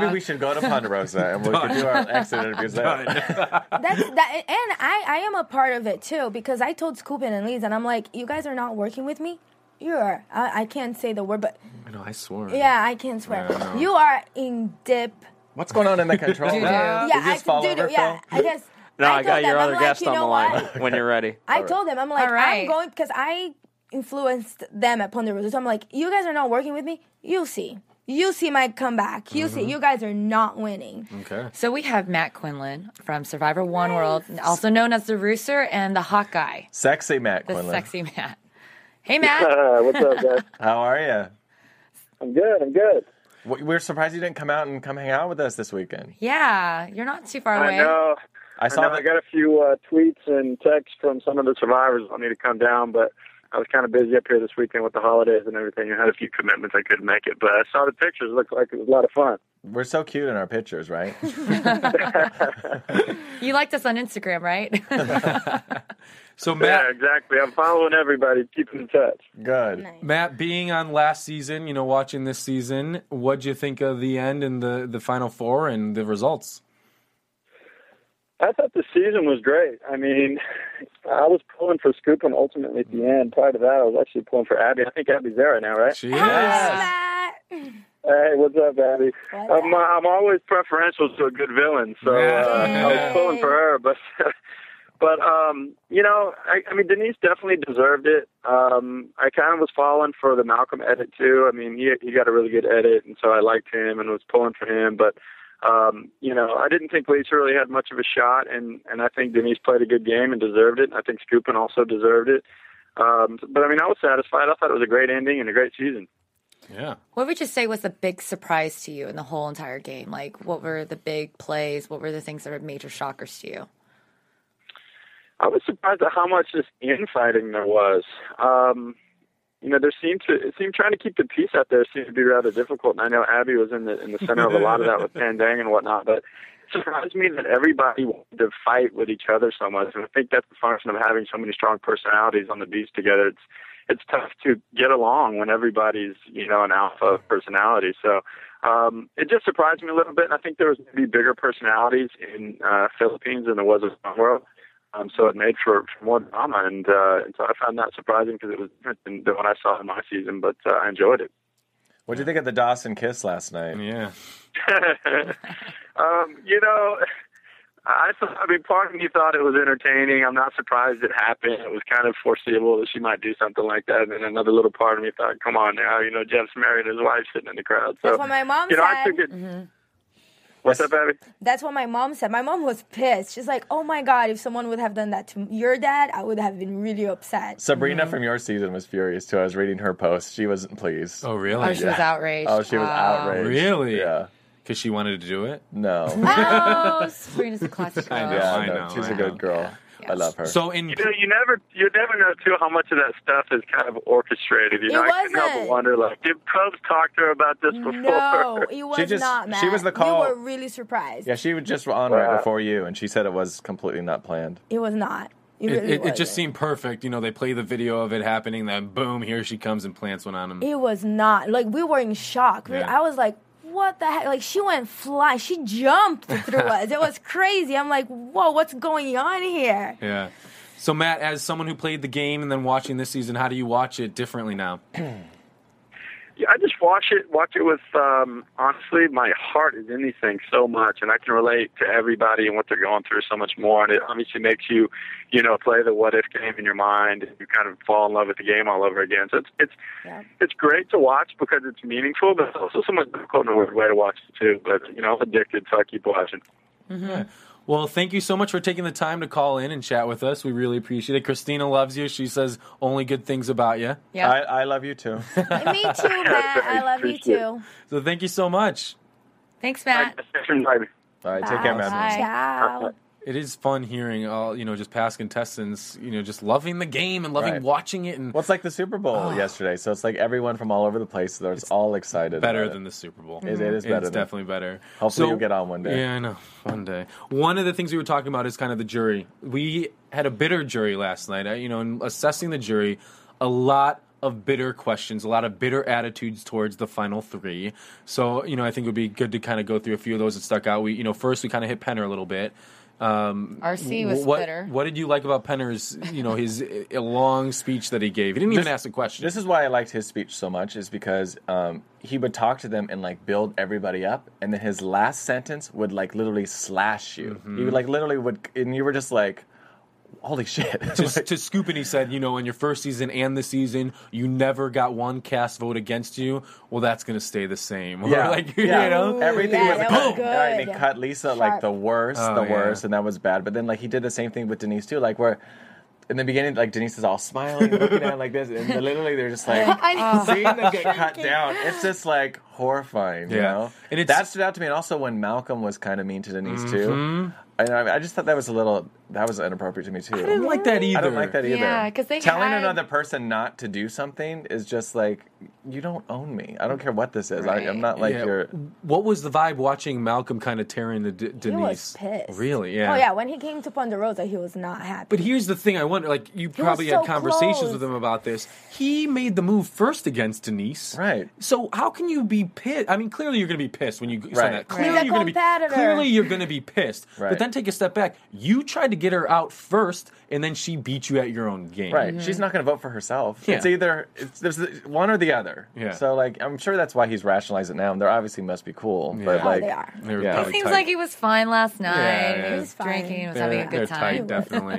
Speaker 4: Maybe we should go to Ponderosa and we could do our exit interviews there.
Speaker 5: That's that, and I I am a part of it too because I told Scoopin and Liz and I'm like, you guys are not working with me. You are. I, I can't say the word, but
Speaker 2: I know, I swore.
Speaker 5: yeah, I can swear.
Speaker 2: Yeah, I know.
Speaker 5: you are in dip.
Speaker 4: What's going on in the control?
Speaker 9: Doo-doo.
Speaker 8: Uh,
Speaker 4: room?
Speaker 5: Yeah,
Speaker 4: Did you
Speaker 5: I
Speaker 4: just fall
Speaker 5: do.
Speaker 4: over,
Speaker 5: yeah,
Speaker 4: Phil?
Speaker 5: I guess.
Speaker 9: No, Oh, I, got
Speaker 5: told
Speaker 9: your
Speaker 5: them, I'm
Speaker 9: other
Speaker 5: like,
Speaker 9: guest
Speaker 5: you
Speaker 9: on the
Speaker 5: know
Speaker 9: line when you're ready.
Speaker 5: I told them I'm like I'm
Speaker 3: right.
Speaker 5: going because I influenced them at Ponderosa. So I'm like, you guys are not working with me. You'll see. You'll see my comeback. You'll
Speaker 9: Mm-hmm.
Speaker 5: see. You guys are not winning.
Speaker 2: Okay.
Speaker 3: So we have Matt Quinlan from Survivor One World, also known as the Rooster and the Hawkeye,
Speaker 4: Sexy Matt
Speaker 3: the
Speaker 4: Quinlan.
Speaker 3: sexy Matt. Hey, Matt.
Speaker 7: What's up, guys?
Speaker 4: How are you?
Speaker 7: I'm good. I'm good.
Speaker 4: We're surprised you didn't come out and come hang out with us this weekend.
Speaker 3: yeah, you're not too far away.
Speaker 7: I know.
Speaker 4: I saw
Speaker 7: know.
Speaker 4: that-
Speaker 7: I got a few uh, tweets and texts from some of the survivors. I need to come down, but I was kind of busy up here this weekend with the holidays and everything. I had a few commitments. I couldn't make it, but I saw the pictures. It looked like it was a lot of fun.
Speaker 4: We're so cute in our pictures, right?
Speaker 3: You liked us on Instagram, right?
Speaker 2: So Matt
Speaker 7: yeah, exactly. I'm following everybody, keeping in touch.
Speaker 4: Good.
Speaker 2: Matt being on last season, you know, watching this season, what'd you think of the end and the the final four and the results?
Speaker 8: I thought the season was great. I mean, I was pulling for Scoop and ultimately at the end. Prior to that, I was actually pulling for Abby. I think Abby's there right now, right? She Hey, what's up, Abby? I'm, uh, I'm always preferential to a good villain, so uh, I was pulling for her. But, but um, you know, I, I mean, Denise definitely deserved it. Um, I kind of was falling for the Malcolm edit too. I mean, he he got a really good edit, and so I liked him and was pulling for him. But, um, you know, I didn't think Lisa really had much of a shot, and and I think Denise played a good game and deserved it. And I think Scoopin also deserved it. Um, but I mean, I was satisfied. I thought it was a great ending and a great season.
Speaker 2: Yeah.
Speaker 3: What would you say was the big surprise to you in the whole entire game? Like, what were the big plays? What were the things that were major shockers to you?
Speaker 8: I was surprised at how much just infighting there was. Um, you know, there seemed to it seemed trying to keep the peace out there seemed to be rather difficult. And I know Abby was in the in the center of a lot of that with Pandang and whatnot, but it surprised me that everybody wanted to fight with each other so much. And I think that's the function of having so many strong personalities on the beach together. It's it's tough to get along when everybody's you know an alpha personality. So um, it just surprised me a little bit. And I think there was maybe bigger personalities in uh, Philippines than there was in the world. Um, so it made for, for more drama, and, uh, and so I found that surprising because it was different than, than what I saw in my season, but uh, I enjoyed it.
Speaker 4: What would you think of the Dawson kiss last night? Yeah.
Speaker 8: um, you know, I, thought- I mean, part of me thought it was entertaining. I'm not surprised it happened. It was kind of foreseeable that she might do something like that. And then another little part of me thought, come on now, you know, Jeff's married, his wife's sitting in the crowd. So,
Speaker 5: That's what my mom
Speaker 8: you know, I
Speaker 5: said. Mm-hmm.
Speaker 8: took it. What's up, Abby?
Speaker 5: That's what my mom said. My mom was pissed. She's like, "Oh my god, if someone would have done that to your dad, I would have been really upset."
Speaker 4: Sabrina from your season was furious too. I was reading her post. She wasn't pleased.
Speaker 2: Oh, really?
Speaker 5: Oh, she was outraged.
Speaker 4: Oh, she was
Speaker 5: Oh.
Speaker 4: outraged.
Speaker 2: Really?
Speaker 4: Yeah.
Speaker 2: Because she wanted to do it?
Speaker 4: No.
Speaker 3: Oh, Sabrina's a classic girl.
Speaker 2: I know,
Speaker 4: Yeah,
Speaker 2: I
Speaker 4: no,
Speaker 2: know.
Speaker 4: she's
Speaker 2: I
Speaker 4: a good girl. I love her.
Speaker 2: So in
Speaker 8: You know, you never, you never know too how much of that stuff is kind of orchestrated. You
Speaker 5: It
Speaker 8: know, I couldn't help but
Speaker 5: wasn't.
Speaker 8: wonder, like, did Probes talk to her about this before?
Speaker 5: No, it was
Speaker 4: She just-
Speaker 5: not, Matt.
Speaker 4: she was the call.
Speaker 5: We were really surprised.
Speaker 4: Yeah, she was just on right before you, and she said it was completely not planned.
Speaker 5: It was not.
Speaker 2: It,
Speaker 5: It, really
Speaker 2: it, it
Speaker 5: wasn't.
Speaker 2: just seemed perfect. You know, they play the video of it happening, then boom, here she comes and plants one on him.
Speaker 5: It was not. Like we were in shock. We-
Speaker 2: Yeah.
Speaker 5: I was like, "What the heck?" Like she went fly. She jumped through us. It was crazy. I'm like, "Whoa, what's going on here?"
Speaker 2: Yeah. So Matt, as someone who played the game and then watching this season, how do you watch it differently now?
Speaker 8: Yeah, I just watch it, watch it with um, honestly, my heart is in these things so much, and I can relate to everybody and what they're going through so much more. And it obviously makes you, you know, play the what if game in your mind, and you kind of fall in love with the game all over again. So it's it's it's great to watch because it's meaningful, but it's also somewhat difficult in a weird way to watch it too. But you know, I'm addicted, so I keep watching.
Speaker 2: Yeah. Well, thank you so much for taking the time to call in and chat with us. We really appreciate it. Christina loves you. She says only good things about you.
Speaker 4: Yeah. I, I love you too.
Speaker 5: Me too, Matt. I love you too.
Speaker 2: So thank you so much.
Speaker 5: Thanks,
Speaker 3: Uh,
Speaker 5: Matt.
Speaker 4: All right,
Speaker 5: take care, Bye. man. Bye. Ciao.
Speaker 2: It is fun hearing all you know, just past contestants, you know, just loving the game and loving
Speaker 4: Right.
Speaker 2: watching it, and
Speaker 4: Well, it's like the Super Bowl
Speaker 2: Oh.
Speaker 4: yesterday, so it's like everyone from all over the place. They're just all excited.
Speaker 2: better
Speaker 4: about it.
Speaker 2: than the Super Bowl.
Speaker 4: It- it is better.
Speaker 2: It's
Speaker 4: than-
Speaker 2: definitely better.
Speaker 4: Hopefully,
Speaker 2: So-
Speaker 4: you'll get on one day.
Speaker 2: Yeah, I know. One day. One of the things we were talking about is kind of the jury. We had a bitter jury last night. Uh, You know, in assessing the jury, a lot of bitter questions, a lot of bitter attitudes towards the final three. So, you know, I think it would be good to kind of go through a few of those that stuck out. We, you know, first we kind of hit Penner a little bit. Um,
Speaker 3: RC was
Speaker 2: what,
Speaker 3: bitter.
Speaker 2: What did you like about Penner's, you know, his uh, long speech that he gave? He didn't even
Speaker 4: This-
Speaker 2: ask a question.
Speaker 4: This is why I liked his speech so much, is because um, he would talk to them and like build everybody up, and then his last sentence would like literally slash you. He
Speaker 2: Mm-hmm.
Speaker 4: would like literally would, and you were just like, "Holy shit!"
Speaker 2: to, to Scoop, and he said, you know, in your first season and this season, you never got one cast vote against you. Well, that's going to stay the same. Or like, you know,
Speaker 4: everything
Speaker 2: yeah,
Speaker 4: was
Speaker 2: that
Speaker 4: cut.
Speaker 2: was good.
Speaker 4: Yeah, and they cut Lisa like the worst,
Speaker 2: Oh,
Speaker 4: the
Speaker 2: yeah.
Speaker 4: worst, and that was bad. But then like he did the same thing with Denise too, like where. In the beginning, like Denise is all smiling, looking at it like this, and literally they're just like
Speaker 2: I-
Speaker 4: seeing them get cut down. It's just like horrifying, you
Speaker 2: Yeah.
Speaker 4: know. And that stood out to me, and also when Malcolm was kind of mean to Denise too.
Speaker 2: Mhm.
Speaker 4: And I, I just thought that was a little that was inappropriate to me too. I
Speaker 2: didn't like that
Speaker 4: I
Speaker 2: either.
Speaker 4: don't like that either.
Speaker 3: Yeah, 'cause they
Speaker 4: telling
Speaker 3: had-
Speaker 4: another person not to do something is just like you don't own me. I don't care what this is. I, I'm not like
Speaker 2: Yeah.
Speaker 4: your
Speaker 2: What was the vibe watching Malcolm kind of tearing the D-
Speaker 5: He
Speaker 2: Denise?
Speaker 5: was pissed.
Speaker 2: Really? Yeah.
Speaker 5: Oh yeah, when he came to Ponderosa, he was not happy.
Speaker 2: But here's the thing I wonder like, you
Speaker 5: was
Speaker 2: probably
Speaker 5: so
Speaker 2: had conversations
Speaker 5: close.
Speaker 2: with him about this. He made the move first against Denise.
Speaker 4: Right.
Speaker 2: So, how can you be be pissed. I mean, clearly you're going to be pissed when you sign
Speaker 4: Right.
Speaker 2: that.
Speaker 4: Right.
Speaker 2: Clearly
Speaker 4: He's a
Speaker 2: you're going to be
Speaker 4: competitor.
Speaker 2: clearly you're going to be pissed. But
Speaker 4: Right.
Speaker 2: then take a step back. You tried to get her out first, and then she beat you at your own game.
Speaker 4: Right. She's not going to vote for herself.
Speaker 2: Yeah.
Speaker 4: It's either it's, there's the- one or the other.
Speaker 2: Yeah.
Speaker 4: So like, I'm sure that's why he's rationalizing it now. And they obviously must be cool.
Speaker 2: Yeah.
Speaker 4: But
Speaker 2: Oh,
Speaker 4: like,
Speaker 2: they are. They were
Speaker 3: It seems like he was fine last night.
Speaker 4: yeah.
Speaker 3: He was
Speaker 4: He's
Speaker 3: drinking. He was having a good time.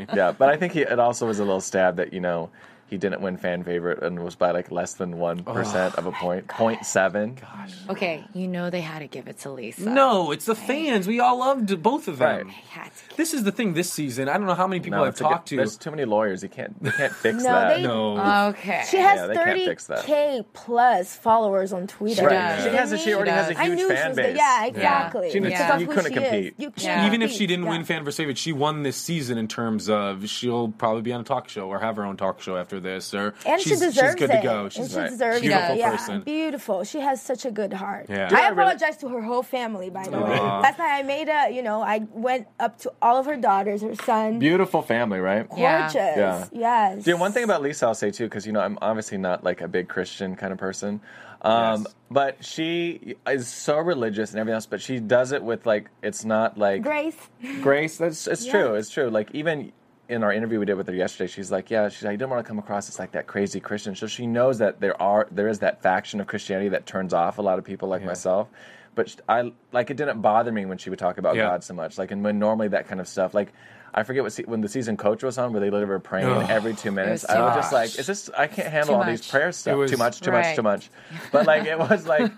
Speaker 4: yeah, but I think he, it also was a little stab that you know he didn't win fan favorite and was by like less than one
Speaker 2: Oh
Speaker 4: percent of a point, point seven. Gosh.
Speaker 3: okay, you know they had to give it to Lisa.
Speaker 2: No, it's the fans. We all loved both of them.
Speaker 3: Right.
Speaker 2: This is the thing this season. I don't know how many people
Speaker 4: No,
Speaker 2: I've
Speaker 4: it's a good-
Speaker 2: talked to.
Speaker 4: there's too many lawyers. You can't. You can't fix
Speaker 5: No,
Speaker 4: that.
Speaker 5: they- Okay. She has
Speaker 4: Yeah, they can't
Speaker 5: thirty
Speaker 4: fix that.
Speaker 5: k plus followers on Twitter.
Speaker 4: Right. Yeah. She has a- she already has a
Speaker 5: I
Speaker 4: huge
Speaker 5: knew she
Speaker 4: fan
Speaker 5: was the-
Speaker 4: base.
Speaker 5: Yeah,
Speaker 4: Yeah.
Speaker 5: exactly.
Speaker 4: She knew-
Speaker 5: Because
Speaker 4: Yeah.
Speaker 5: of
Speaker 4: you
Speaker 5: who
Speaker 4: couldn't
Speaker 5: she is.
Speaker 4: compete.
Speaker 5: You can't
Speaker 2: Even if she
Speaker 5: compete,
Speaker 2: didn't
Speaker 5: yeah.
Speaker 2: win fan favorite favorite, she won this season in terms of she'll probably be on a talk show or have her own talk show after this. Or
Speaker 5: And
Speaker 2: she's,
Speaker 5: she deserves
Speaker 2: she's good
Speaker 5: it.
Speaker 2: to go.
Speaker 5: And
Speaker 2: She's
Speaker 5: she
Speaker 2: right.
Speaker 5: deserves
Speaker 2: beautiful
Speaker 5: it. Yeah,
Speaker 2: person.
Speaker 5: beautiful. She has such a good heart.
Speaker 2: Yeah.
Speaker 5: I
Speaker 2: Yeah, really.
Speaker 5: apologize to her whole family, by the way.
Speaker 4: Aw.
Speaker 5: Last night I made a, you know, I went up to all of her daughters, her son.
Speaker 4: Beautiful family, right?
Speaker 5: Gorgeous. Yes.
Speaker 4: Dude, one thing about Lisa I'll say too, because you know I'm obviously not like a big Christian kind of person, um, but she is so religious and everything else. But she does it with like it's not like
Speaker 5: Grace.
Speaker 4: Grace, that's it's
Speaker 5: Yeah.
Speaker 4: true. It's true. Like even in our interview we did with her yesterday, she's like, yeah, she's like, I didn't want to come across as like that crazy Christian. So she knows that there are there is that faction of Christianity that turns off a lot of people like myself. But sh- I like it didn't bother me when she would talk about
Speaker 2: Yeah.
Speaker 4: God so much. Like and when normally that kind of stuff like. I forget what se- when the season coach was on, where they literally were praying
Speaker 2: Ugh.
Speaker 4: every two minutes.
Speaker 2: was
Speaker 4: I
Speaker 2: too
Speaker 4: was just
Speaker 2: much.
Speaker 4: like, "Is this? I can't
Speaker 2: Too
Speaker 4: handle all these
Speaker 2: much.
Speaker 4: prayer stuff.
Speaker 2: It was-
Speaker 4: too much, too much, too
Speaker 2: Right.
Speaker 4: much." But like, it was like,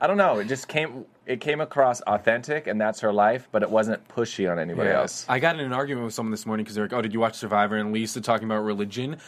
Speaker 4: I don't know. It just came. It came across authentic, and that's her life. But it wasn't pushy on anybody
Speaker 2: Yeah.
Speaker 4: else.
Speaker 2: uh, I got in an argument with someone this morning because they're like, "Oh, did you watch Survivor?" And Lisa talking about religion.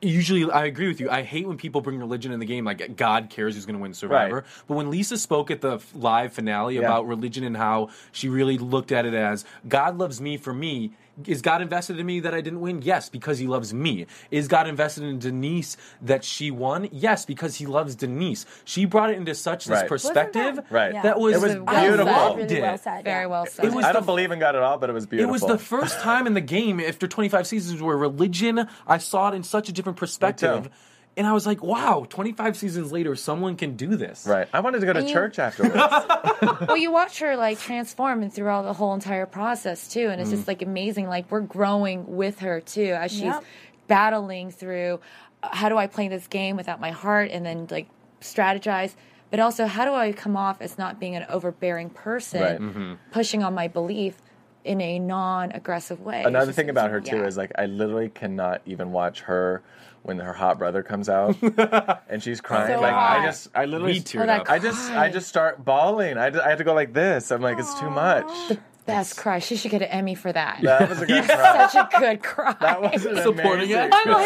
Speaker 2: Usually, I agree with you. I hate when people bring religion in the game, like God cares who's going to win Survivor.
Speaker 4: Right.
Speaker 2: But when Lisa spoke at the f- live finale
Speaker 4: Yeah.
Speaker 2: about religion and how she really looked at it as God loves me for me. Is God invested in me that I didn't win? Yes, because he loves me. Is God invested in Denise that she won? Yes, because he loves Denise. She brought it into such this
Speaker 4: Right. Wasn't that-
Speaker 2: perspective
Speaker 4: Right.
Speaker 2: that was,
Speaker 4: It was
Speaker 2: I
Speaker 4: beautiful.
Speaker 2: loved
Speaker 4: Really
Speaker 2: it.
Speaker 4: well
Speaker 5: said,
Speaker 3: Very well said.
Speaker 2: was
Speaker 4: I
Speaker 2: the
Speaker 4: don't believe in God at all, but it was beautiful.
Speaker 2: It was the first time in the game after 25 seasons where religion, I saw it in such a different perspective. And I was like, wow, 25 seasons later, someone can do this.
Speaker 4: Right. I wanted to go
Speaker 3: to And you- church
Speaker 4: afterwards.
Speaker 3: well, you watch her like transform and throughout the whole entire process too, and it's just
Speaker 2: Mm.
Speaker 3: like amazing. Like we're growing with her too as she's
Speaker 5: Yep.
Speaker 3: battling through uh, how do I play this game without my heart, and then like strategize, but also how do I come off as not being an overbearing person,
Speaker 4: Right.
Speaker 2: Mm-hmm.
Speaker 4: Mhm.
Speaker 3: pushing on my belief in a non-aggressive way.
Speaker 4: Another
Speaker 3: It's
Speaker 4: thing
Speaker 3: just-
Speaker 4: about her too
Speaker 3: yeah.
Speaker 4: is like I literally cannot even watch her when her hot brother comes out and she's crying.
Speaker 3: So
Speaker 4: like
Speaker 3: hot.
Speaker 4: I just, I literally,
Speaker 3: We teared Oh, that up.
Speaker 4: I just, I
Speaker 3: cry.
Speaker 4: just start bawling. I, d- I had to go like this. I'm like, it's too much.
Speaker 3: best cry. She should get an Emmy for that.
Speaker 4: That was a good cry.
Speaker 3: Such a good cry. That
Speaker 4: was an
Speaker 2: Supporting amazing
Speaker 3: I'm
Speaker 2: actress.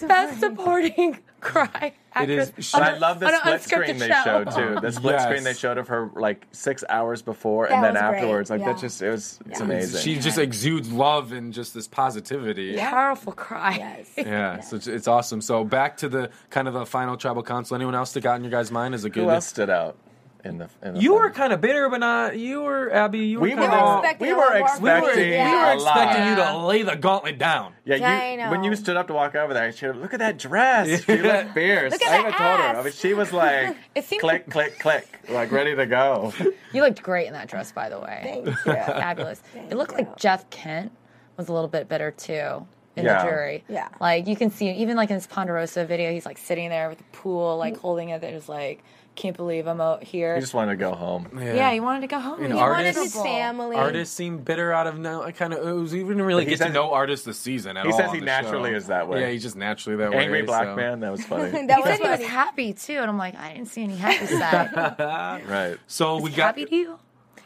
Speaker 3: like best supporting cry.
Speaker 4: It is.
Speaker 3: actress on
Speaker 4: I
Speaker 3: a-
Speaker 4: love
Speaker 3: on
Speaker 4: the
Speaker 3: an
Speaker 4: split
Speaker 3: unscripted
Speaker 4: screen they
Speaker 3: show.
Speaker 4: showed too. The split
Speaker 2: Yes.
Speaker 4: screen they showed of her like six hours before and
Speaker 3: That
Speaker 4: then
Speaker 3: was great,
Speaker 4: afterwards. Like
Speaker 3: yeah.
Speaker 4: that's just it was it's amazing.
Speaker 2: She just exudes love and just this positivity.
Speaker 3: Powerful cry.
Speaker 2: Yeah, so it's, it's awesome. So back to the kind of a final tribal council. Anyone else stick out in your guys' mind as a good?
Speaker 4: who else stood out in the? In the
Speaker 2: You were kind of bitter, but not you were Abby. You were
Speaker 4: We
Speaker 2: kind
Speaker 4: were
Speaker 2: of
Speaker 4: expecting We a were lot more from you. expecting
Speaker 2: we were, we were
Speaker 4: a lot.
Speaker 2: expecting you to lay the gauntlet down.
Speaker 4: Yeah,
Speaker 5: I
Speaker 4: you,
Speaker 5: know.
Speaker 4: when you stood up to walk over there, she look at that dress. She looked fierce.
Speaker 3: Look at
Speaker 4: I
Speaker 3: that
Speaker 4: even told her. I mean, she was like,
Speaker 3: It seemed-
Speaker 4: click, click, click, like ready to go.
Speaker 3: You looked great in that dress, by the way.
Speaker 4: Thank you.
Speaker 3: Fabulous. it looked like Jeff Kent was a little bit better too in
Speaker 4: Yeah.
Speaker 3: the jury.
Speaker 5: Yeah.
Speaker 3: Like you can see even like in his Ponderosa video, he's like sitting there with the pool, like holding it. It was like, can't believe I'm out here.
Speaker 4: He just wanted to go home.
Speaker 3: yeah. he wanted to go home.
Speaker 2: And
Speaker 3: he wanted
Speaker 2: artists-
Speaker 3: his family.
Speaker 2: Artists seem bitter out of no. I kind of we didn't really
Speaker 4: He
Speaker 2: get to
Speaker 4: says-
Speaker 2: know artists this season at
Speaker 4: he
Speaker 2: all.
Speaker 4: says
Speaker 2: on
Speaker 4: he
Speaker 2: the
Speaker 4: naturally
Speaker 2: show.
Speaker 4: is that way.
Speaker 2: Yeah, he's just naturally that way.
Speaker 4: Angry black
Speaker 2: so.
Speaker 4: man. That was funny.
Speaker 3: he said he was happy too, and I'm like, I didn't see any happy side.
Speaker 4: right.
Speaker 2: So we got.
Speaker 3: happy to you?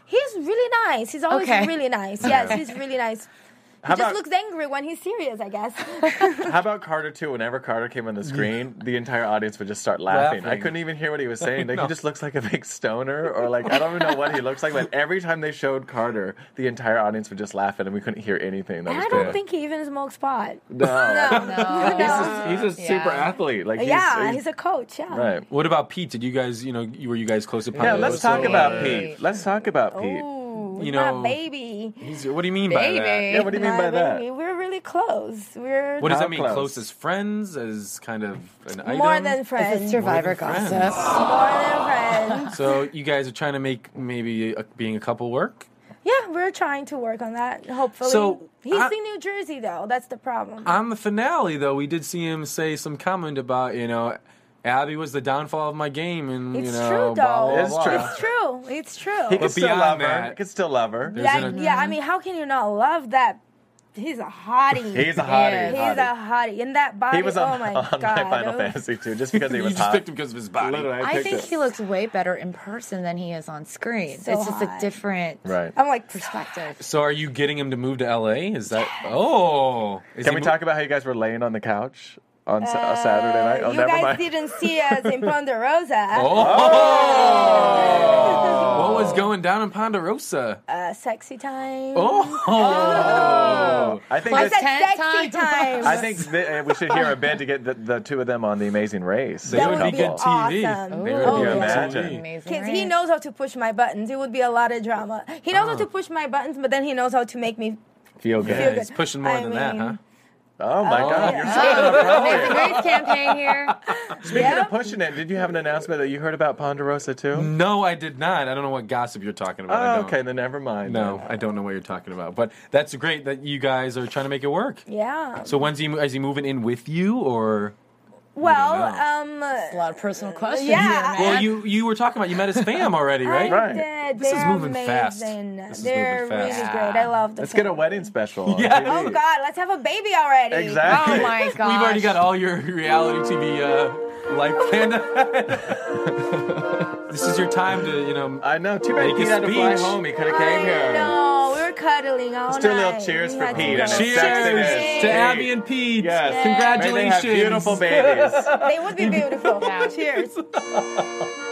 Speaker 5: He's really nice. He's always
Speaker 3: Okay.
Speaker 5: really nice.
Speaker 4: Yeah.
Speaker 5: Yes, he's really nice. He
Speaker 4: How
Speaker 5: just
Speaker 4: about-
Speaker 5: looks angry when he's serious, I guess.
Speaker 4: How about Carter too? Whenever Carter came on the screen, the entire audience would just start laughing. I
Speaker 2: Laughing.
Speaker 4: couldn't even hear what he was saying. Like
Speaker 2: No.
Speaker 4: he just looks like a big stoner, or like I don't even know what he looks like. But every time they showed Carter, the entire audience would just laugh at him. We couldn't hear anything. That
Speaker 5: And
Speaker 4: was
Speaker 5: I don't
Speaker 4: great.
Speaker 5: think he even smokes pot.
Speaker 4: No.
Speaker 5: No.
Speaker 4: He's a, he's a super athlete. Like he's,
Speaker 5: yeah,
Speaker 4: he's-
Speaker 5: he's a coach. Yeah.
Speaker 4: Right.
Speaker 2: What about Pete? Did you guys, you know, you- were you guys close to Pablo?
Speaker 4: Yeah, let's talk about Pete. Let's talk
Speaker 5: Oh,
Speaker 4: about Pete.
Speaker 2: You
Speaker 5: My
Speaker 2: know,
Speaker 5: baby.
Speaker 2: he's, what do you mean by that?
Speaker 4: Yeah, what do you mean
Speaker 5: My
Speaker 4: by that?
Speaker 5: baby. We're really close. We're
Speaker 2: What does that mean? Close. as friends, as kind of an
Speaker 5: More
Speaker 2: item?
Speaker 5: than friends.
Speaker 3: Survivor
Speaker 2: friends.
Speaker 3: gossip.
Speaker 5: More than friends. happened.
Speaker 2: So you guys are trying to make maybe a, being a couple work.
Speaker 5: Yeah, we're trying to work on that. Hopefully,
Speaker 2: So,
Speaker 5: he's
Speaker 2: I-
Speaker 5: in New Jersey though. That's the problem.
Speaker 2: On the finale, though, we did see him say some comment about you know, Abby was the downfall of my game, and you
Speaker 5: It's
Speaker 2: know,
Speaker 5: true,
Speaker 2: blah,
Speaker 5: though.
Speaker 2: blah, blah.
Speaker 5: It's true. It's true.
Speaker 2: He But could still beyond love her. that- He
Speaker 4: could still love her.
Speaker 5: Yeah, yeah. I mean, how can you not love that? He's a hottie.
Speaker 4: He's a hottie.
Speaker 5: He's
Speaker 4: Hottie.
Speaker 5: a hottie. And that body.
Speaker 4: he was on,
Speaker 5: oh my
Speaker 4: on
Speaker 5: god.
Speaker 4: my Final
Speaker 5: oh.
Speaker 4: Fantasy too, just because he
Speaker 2: You
Speaker 4: was
Speaker 2: just
Speaker 4: hot.
Speaker 2: picked him because of his body.
Speaker 4: Literally, I,
Speaker 3: I
Speaker 4: picked
Speaker 3: think
Speaker 4: it.
Speaker 3: he looks way better in person than he is on screen.
Speaker 5: So
Speaker 3: it's just a
Speaker 5: hot.
Speaker 3: different
Speaker 2: Right.
Speaker 5: I'm like
Speaker 3: perspective.
Speaker 2: So are you getting him to move to LA? Is that oh? Is
Speaker 4: Can
Speaker 2: he
Speaker 4: we
Speaker 2: mo-
Speaker 4: talk about how you guys were laying on the couch on Sa- a Saturday night? Oh,
Speaker 5: Uh, you
Speaker 4: never
Speaker 5: guys
Speaker 4: mind.
Speaker 5: didn't see us in Ponderosa.
Speaker 2: Oh! what was going down in Ponderosa?
Speaker 5: Uh, sexy time.
Speaker 2: Oh!
Speaker 5: oh,
Speaker 4: I think
Speaker 5: I
Speaker 4: this-
Speaker 5: said sexy time.
Speaker 4: I think th- uh, we should hear a bid to get the, the two of them on the Amazing Race.
Speaker 5: That would be
Speaker 4: Couple.
Speaker 5: good TV. Awesome.
Speaker 4: They
Speaker 5: Ooh.
Speaker 4: would
Speaker 5: Oh,
Speaker 4: be
Speaker 5: yeah.
Speaker 4: imagine.
Speaker 5: Kids, he knows how to push my buttons. It would be a lot of drama. He knows
Speaker 4: Uh-huh.
Speaker 5: how to push my buttons, but then he knows how to make me.
Speaker 4: Feel good.
Speaker 5: Yeah, he's
Speaker 2: pushing more
Speaker 5: I
Speaker 2: than that, huh?
Speaker 5: mean-
Speaker 4: Oh my
Speaker 5: Oh,
Speaker 4: God!
Speaker 5: yeah.
Speaker 4: You're
Speaker 3: There's a great campaign here.
Speaker 4: Speaking of pushing it, did you have an announcement that you heard about Ponderosa too?
Speaker 2: No, I did not. I don't know what gossip you're talking about. Mm, I
Speaker 4: Oh,
Speaker 2: don't.
Speaker 4: okay, then never mind.
Speaker 2: No, I don't know what you're talking about. But that's great that you guys are trying to make it work.
Speaker 5: Yeah.
Speaker 2: So when's he? Is he moving in with you or?
Speaker 5: well,
Speaker 2: don't
Speaker 5: um, a lot
Speaker 3: of personal questions.
Speaker 5: Yeah.
Speaker 2: Well, you you were talking about you met his fam already, right?
Speaker 5: I did.
Speaker 2: This
Speaker 5: uh, They're
Speaker 2: is moving
Speaker 5: amazing.
Speaker 2: fast.
Speaker 5: They're
Speaker 2: moving fast.
Speaker 5: really great. I love the
Speaker 4: Let's get a wedding special. on
Speaker 2: Yeah.
Speaker 4: TV.
Speaker 5: Oh God, let's have a baby already.
Speaker 4: Exactly. Oh, my
Speaker 2: We've already got all your reality TV uh, life planned. this is your time to, you know.
Speaker 4: I know. Too bad
Speaker 2: make a
Speaker 4: Pete had to fly
Speaker 2: speech.
Speaker 4: home. He could have came here.
Speaker 5: No, we were cuddling all
Speaker 4: Let's do a little
Speaker 5: night.
Speaker 4: cheers
Speaker 5: We
Speaker 4: for
Speaker 5: had to
Speaker 4: Pete
Speaker 5: go.
Speaker 4: and his
Speaker 2: Cheers
Speaker 4: sexiness.
Speaker 2: to Abby and Pete.
Speaker 4: Yes.
Speaker 2: Congratulations.
Speaker 4: May they have beautiful babies.
Speaker 5: they would be beautiful. Cheers.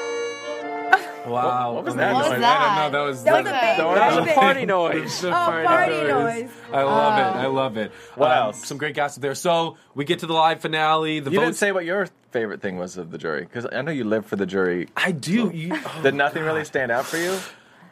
Speaker 2: Wow.
Speaker 4: What was that
Speaker 2: Amazing.
Speaker 4: noise?
Speaker 2: I don't know. That was
Speaker 5: That was a baby. That
Speaker 4: was a party noise.
Speaker 2: That was a
Speaker 4: Oh,
Speaker 5: party noise.
Speaker 2: I love
Speaker 4: Oh.
Speaker 2: it. I love it.
Speaker 4: What
Speaker 2: Um,
Speaker 4: else?
Speaker 2: Some great gossip there. So we get to the live finale. The
Speaker 4: you
Speaker 2: votes.
Speaker 4: didn't say what your favorite thing was of the jury because I know you live for the jury.
Speaker 2: I
Speaker 4: Oh.
Speaker 2: do. You, oh.
Speaker 4: Did nothing really stand out for you?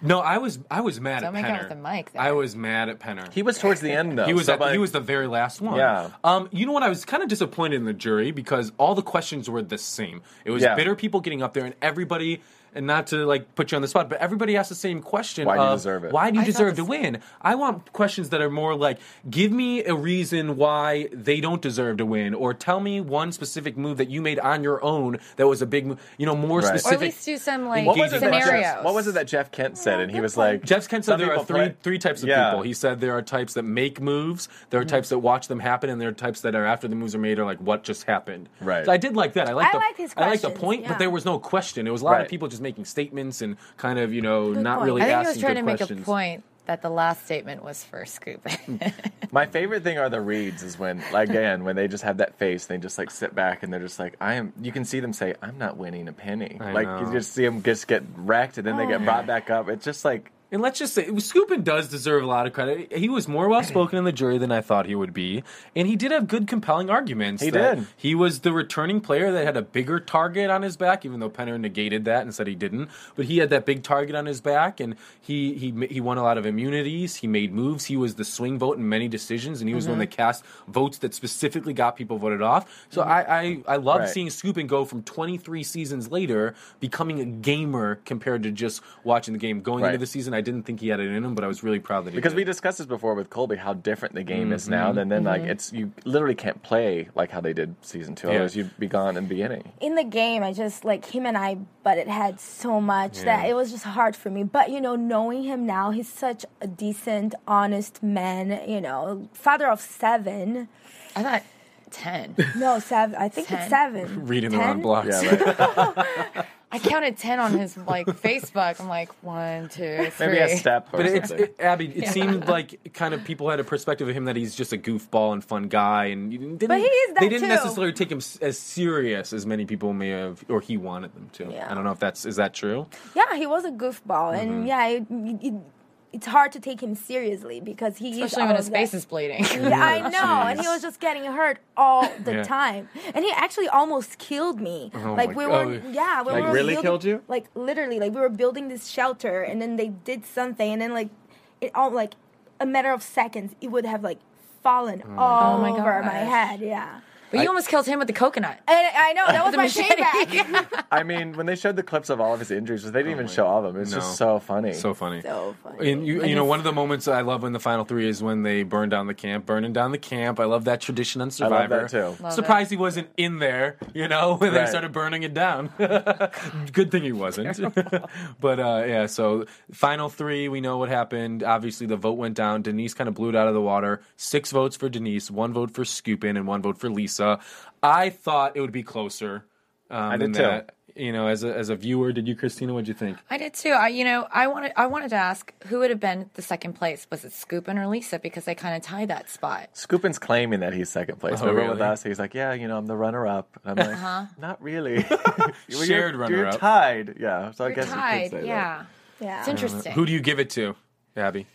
Speaker 2: no, I was I was mad
Speaker 3: Don't
Speaker 2: at
Speaker 3: make
Speaker 2: Penner.
Speaker 3: out with the mic.
Speaker 2: I was mad at Penner.
Speaker 4: He was towards the end though.
Speaker 2: He was
Speaker 4: so
Speaker 2: at,
Speaker 4: by-
Speaker 2: he was the very last one.
Speaker 4: Yeah.
Speaker 2: Um, you know what? I was kind of disappointed in the jury because all the questions were the same. It was
Speaker 4: Yeah.
Speaker 2: bitter people getting up there, and everybody, and not to like put you on the spot, but everybody asked the same question.
Speaker 4: Why do you
Speaker 2: of,
Speaker 4: deserve it?
Speaker 2: Why do you
Speaker 4: I thought
Speaker 2: deserve
Speaker 4: the
Speaker 2: to win? I want questions that are more like, give me a reason why they don't deserve to win, or tell me one specific move that you made on your own that was a big, mo- you know, more
Speaker 4: Right. Or at
Speaker 2: specific.
Speaker 3: Or at least do some like
Speaker 4: what was, it that Jeff,
Speaker 3: scenarios.
Speaker 4: what was it that Jeff Kent said? And he was like,
Speaker 2: Jeff Kent said
Speaker 4: some
Speaker 2: there are
Speaker 4: people
Speaker 2: three
Speaker 4: play-
Speaker 2: three types of
Speaker 4: Yeah. Mm-hmm.
Speaker 2: people. He said there are types that make moves, there are types that watch them happen, and there are types that are after the moves are made are like what just happened.
Speaker 4: Right.
Speaker 2: So I did like that. I like
Speaker 5: I
Speaker 2: the
Speaker 5: like his
Speaker 2: I like the
Speaker 5: questions,
Speaker 2: point,
Speaker 5: yeah.
Speaker 2: but there was no question. It was a lot
Speaker 4: Right.
Speaker 2: of people just making statements and kind of you know not
Speaker 5: point.
Speaker 2: really
Speaker 3: I think he
Speaker 2: asking
Speaker 3: was trying to
Speaker 2: good
Speaker 3: make
Speaker 2: questions.
Speaker 3: a point that the last statement was for scooping.
Speaker 4: My favorite thing are the reads is when like, again when they just have that face they just like sit back and they're just like I am you can see them say I'm not winning a penny
Speaker 2: I
Speaker 4: like
Speaker 2: know.
Speaker 4: you just see them just get wrecked and then they get brought back up it's just like
Speaker 2: And let's just say, Scoopin does deserve a lot of credit. He was more well spoken in the jury than I thought he would be, and he did have good, compelling arguments.
Speaker 4: He
Speaker 2: that
Speaker 4: did.
Speaker 2: He was the returning player that had a bigger target on his back, even though Penner negated that and said he didn't. But he had that big target on his back, and he he ma- he won a lot of immunities. He made moves. He was the swing vote in many decisions, and he was the one
Speaker 4: Mm-hmm.
Speaker 2: that cast votes that specifically got people voted off. So I I, I love
Speaker 4: Right.
Speaker 2: seeing Scoopin go from 23 seasons later becoming a gamer compared to just watching the game going into
Speaker 4: Right.
Speaker 2: the season. I didn't think he had it in him, but I was really proud that he
Speaker 4: because
Speaker 2: did.
Speaker 4: we discussed this before with Colby how different the game is
Speaker 2: Mhm.
Speaker 4: now than then like
Speaker 5: Mhm.
Speaker 4: it's you literally can't play like how they did season two
Speaker 2: Yeah.
Speaker 4: otherwise you'd be gone in the beginning
Speaker 5: in the game, I just like him and I butted heads so much
Speaker 4: Yeah.
Speaker 5: that it was just hard for me. But you know, knowing him now, he's such a decent, honest man. You know, father of seven.
Speaker 3: I thought ten.
Speaker 5: No, seven. I think
Speaker 3: Ten.
Speaker 5: it's seven.
Speaker 2: reading the wrong blocks.
Speaker 3: I counted ten on his like Facebook. I'm like one, two, three.
Speaker 4: Maybe a step or
Speaker 2: But it's
Speaker 4: something.
Speaker 2: it, Abby. It
Speaker 3: Yeah.
Speaker 2: seemed like kind of people had a perspective of him that he's just a goofball and fun guy, and you didn't.
Speaker 5: But he is that
Speaker 2: they didn't
Speaker 5: too.
Speaker 2: necessarily take him s- as serious as many people may have, or he wanted them to. I don't know if that's is that true.
Speaker 5: Yeah, he was a goofball,
Speaker 2: Mhm.
Speaker 3: Mm-hmm.
Speaker 5: and yeah, it, it, it's hard to take him seriously because he is
Speaker 3: Especially
Speaker 5: all
Speaker 3: when his
Speaker 5: of that.
Speaker 3: face is bleeding.
Speaker 5: Yeah, I know, and he was just getting hurt all the
Speaker 3: Yeah.
Speaker 5: time, and he actually almost killed me.
Speaker 3: Oh
Speaker 5: like
Speaker 3: my
Speaker 5: we
Speaker 3: God.
Speaker 5: were, yeah, we
Speaker 4: Like,
Speaker 5: were
Speaker 4: really
Speaker 5: building-
Speaker 4: killed you?
Speaker 5: Like literally, like we were building this shelter, and then they did something, and then like it all like a matter of seconds, it would have like fallen
Speaker 3: Oh my
Speaker 5: all
Speaker 3: God.
Speaker 5: over my
Speaker 3: Gosh.
Speaker 5: head. Yeah,
Speaker 3: But you
Speaker 4: I-
Speaker 3: almost killed him with the coconut.
Speaker 5: And I know that was
Speaker 3: The
Speaker 5: my
Speaker 3: machete.
Speaker 5: payback.
Speaker 4: I mean, when they showed the clips of all of his injuries, they didn't even show all of them. It's just so funny.
Speaker 2: Oh So funny.
Speaker 5: So
Speaker 2: funny. And you, you know, one of the moments I love in the final three is when they burn down the camp. Burning down the camp. I love that tradition
Speaker 4: I
Speaker 2: on
Speaker 4: love
Speaker 2: Survivor.
Speaker 4: that too. Love
Speaker 2: Surprised he wasn't in there. You know, when they
Speaker 4: Right.
Speaker 2: started burning it down. Good thing he wasn't. but uh, yeah, so final three, we know what happened. Obviously, the vote went down. Denise kind of blew it out of the water. Six votes for Denise, one vote for Scoopin, and one vote for Lisa. I thought it would be closer. Um,
Speaker 4: I did
Speaker 2: than
Speaker 4: too.
Speaker 2: that. You know, as a, as a viewer, did you, Christina? What'd you think?
Speaker 3: I did too. I, you know, I wanted, I wanted to ask who would have been the second place. Was it Scoopin or Lisa? Because they kind of tied that spot.
Speaker 4: Scoopin's claiming that he's second place.
Speaker 2: Oh,
Speaker 4: Remember with
Speaker 2: really?
Speaker 4: us, he's like, "Yeah, you know, I'm the runner-up." And I'm like,
Speaker 3: Uh-huh.
Speaker 4: "Not really. Well,
Speaker 2: Shared
Speaker 4: you're, You're
Speaker 2: runner-up.
Speaker 4: tied. Yeah. So I
Speaker 3: You're
Speaker 4: guess you
Speaker 3: tied.
Speaker 4: could say that.
Speaker 3: Yeah.
Speaker 5: Yeah.
Speaker 3: It's interesting.
Speaker 2: Who do you give it to, Abby?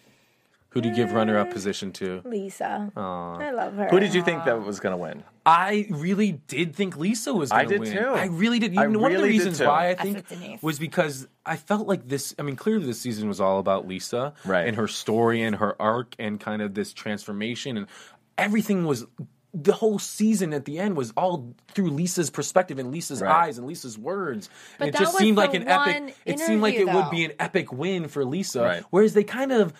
Speaker 2: Who do you give runner-up position to?
Speaker 5: Lisa.
Speaker 2: Aw.
Speaker 5: I love her.
Speaker 4: Who did you think that was going to win?
Speaker 2: I really did think Lisa was.
Speaker 4: I
Speaker 2: Gonna
Speaker 4: did
Speaker 2: win.
Speaker 4: too.
Speaker 2: I really did. You
Speaker 4: I
Speaker 2: know, one of the
Speaker 4: really did
Speaker 2: reasons
Speaker 4: too.
Speaker 2: why I
Speaker 4: I
Speaker 2: think
Speaker 3: said Denise.
Speaker 2: was because I felt like this. I mean, clearly this season was all about Lisa right. and her story and her arc and kind of this transformation and everything was. The whole season at the end was all through Lisa's perspective and Lisa's
Speaker 4: Right.
Speaker 2: eyes and Lisa's words.
Speaker 3: But
Speaker 2: and it
Speaker 3: that
Speaker 2: just
Speaker 3: was
Speaker 2: seemed
Speaker 3: the
Speaker 2: like an
Speaker 3: one
Speaker 2: epic. It seemed like it
Speaker 3: interview,
Speaker 2: would
Speaker 3: though.
Speaker 2: be an epic win for Lisa.
Speaker 4: Right.
Speaker 2: Whereas they kind of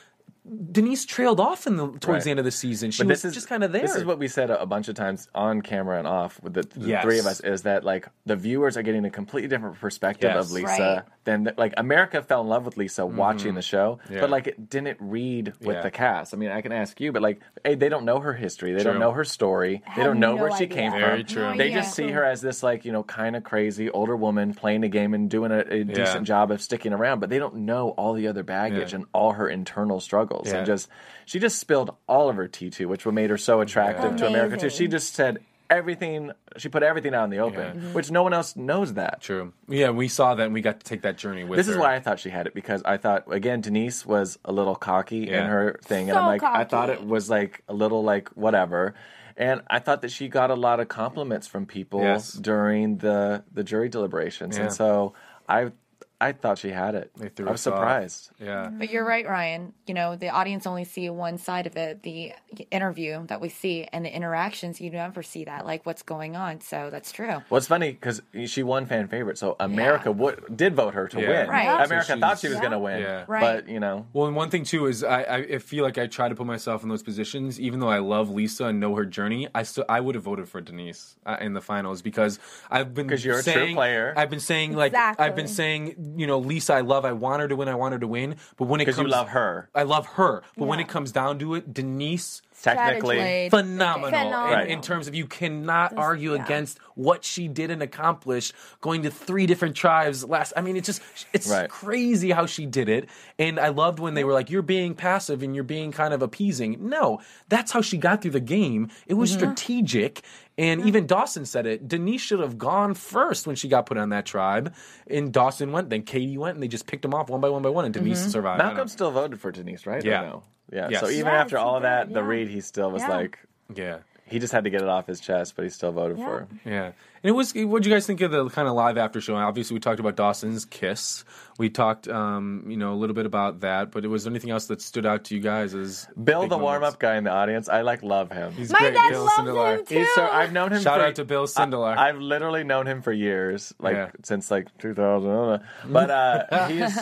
Speaker 2: Denise trailed off in the towards
Speaker 4: Right.
Speaker 2: the end of the season. She
Speaker 4: but
Speaker 2: was
Speaker 4: this is
Speaker 2: just kind of there.
Speaker 4: This is what we said a, a bunch of times on camera and off with the, the
Speaker 2: Yes.
Speaker 4: three of us is that like the viewers are getting a completely different perspective
Speaker 2: Yes. Mm-hmm.
Speaker 4: of Lisa
Speaker 3: Right.
Speaker 4: than like America fell in love with Lisa watching the show,
Speaker 2: Yeah.
Speaker 4: but like it didn't read with
Speaker 2: Yeah.
Speaker 4: the cast. I mean, I can ask you, but like hey, they don't know her history, they
Speaker 2: True.
Speaker 4: don't know her story, they
Speaker 5: Have
Speaker 4: don't know
Speaker 5: no
Speaker 4: where she
Speaker 5: idea.
Speaker 4: came
Speaker 2: Very
Speaker 4: from.
Speaker 2: true. No
Speaker 4: they
Speaker 3: idea.
Speaker 4: just see her as this like you know kind of crazy older woman playing a game and doing a, a decent job of sticking around, but they don't know all the other baggage
Speaker 2: Yeah.
Speaker 4: and all her internal struggles
Speaker 2: Yeah.
Speaker 4: and just she just spilled all of her tea too, which made her so attractive to America too. She
Speaker 5: Amazing.
Speaker 4: just said everything. She put everything out in the open, which no one else knows that.
Speaker 2: True. Yeah, we saw that and we got to take that journey with
Speaker 4: This
Speaker 2: her.
Speaker 4: is why I thought she had it because I thought again Denise was a little cocky
Speaker 2: Yeah.
Speaker 4: in her thing, and I'm
Speaker 5: So
Speaker 4: like I thought
Speaker 5: cocky.
Speaker 4: it was like a little like whatever, and I thought that she got a lot of compliments from people
Speaker 2: Yes.
Speaker 4: during the the jury deliberations,
Speaker 2: Yeah.
Speaker 4: and so I I thought she had it.
Speaker 2: They threw
Speaker 4: I was
Speaker 2: us off.
Speaker 4: surprised.
Speaker 2: Yeah.
Speaker 3: But you're right, Ryan. You know, the audience only see one side of it, the interview that we see and the interactions. You never see that, like what's going on. So that's true.
Speaker 4: Well, it's funny because she won fan favorite, so America wo- did vote her to
Speaker 2: Yeah.
Speaker 4: win.
Speaker 3: Right. So
Speaker 4: America
Speaker 2: she's-
Speaker 4: thought she was going to win,
Speaker 2: Yeah.
Speaker 3: Right.
Speaker 4: but you know,
Speaker 2: Well, and one thing too is I, I I feel like I try to put myself in those positions. Even though I love Lisa and know her journey, I still I would have voted for Denise uh, in the finals because I've been
Speaker 4: 'Cause you're a true
Speaker 2: saying,
Speaker 4: player.
Speaker 2: I've been saying like I've been
Speaker 5: Exactly.
Speaker 2: saying you know Lisa, I love, I want her to win, I want her to win. But when it
Speaker 4: because
Speaker 2: comes,
Speaker 4: you love her,
Speaker 2: I love her. But when it comes down to it, Denise
Speaker 4: technically.
Speaker 3: Strategy.
Speaker 2: phenomenal,
Speaker 5: Phenomenal.
Speaker 2: in-
Speaker 4: Right.
Speaker 2: In, terms of you cannot argue
Speaker 5: yeah.
Speaker 2: against what she did and accomplished going to three different tribes last i mean it's just it's
Speaker 4: Right.
Speaker 2: crazy how she did it and i loved when they were like you're being passive and you're being kind of appeasing no that's how she got through the game it was
Speaker 5: Mm-hmm.
Speaker 2: strategic and even Dawson said it. Denise should have gone first when she got put on that tribe. And Dawson went, then Katie went, and they just picked them off one by one by one, and Denise
Speaker 5: Mm-hmm.
Speaker 2: survived. I don't-
Speaker 4: Malcolm still voted for Denise, right? Or
Speaker 2: Yeah.
Speaker 4: no? Yeah.
Speaker 2: Yes.
Speaker 4: So even
Speaker 5: Yes,
Speaker 4: after
Speaker 5: he
Speaker 4: all
Speaker 5: did,
Speaker 4: that, the
Speaker 5: yeah.
Speaker 4: read, he still was
Speaker 5: Yeah.
Speaker 4: like,
Speaker 2: Yeah.
Speaker 4: he just had to get it off his chest, but he still voted for her.
Speaker 2: Yeah, and it was. What do you guys think of the kind of live after show? Obviously, we talked about Dawson's kiss. We talked, um, you know, a little bit about that. But was there anything else that stood out to you guys? As
Speaker 4: Bill,
Speaker 2: big
Speaker 4: the
Speaker 2: moments?
Speaker 4: warm up guy in the audience, I like love him.
Speaker 2: He's
Speaker 5: My
Speaker 2: great.
Speaker 5: dad
Speaker 2: Bill
Speaker 5: loves
Speaker 2: Sindelar.
Speaker 5: him too.
Speaker 4: He's so I've known him.
Speaker 2: Shout
Speaker 4: for-
Speaker 2: out to Bill Sindelar.
Speaker 4: I, have literally known him for years, like
Speaker 2: Yeah.
Speaker 4: since like 2000. But uh, he's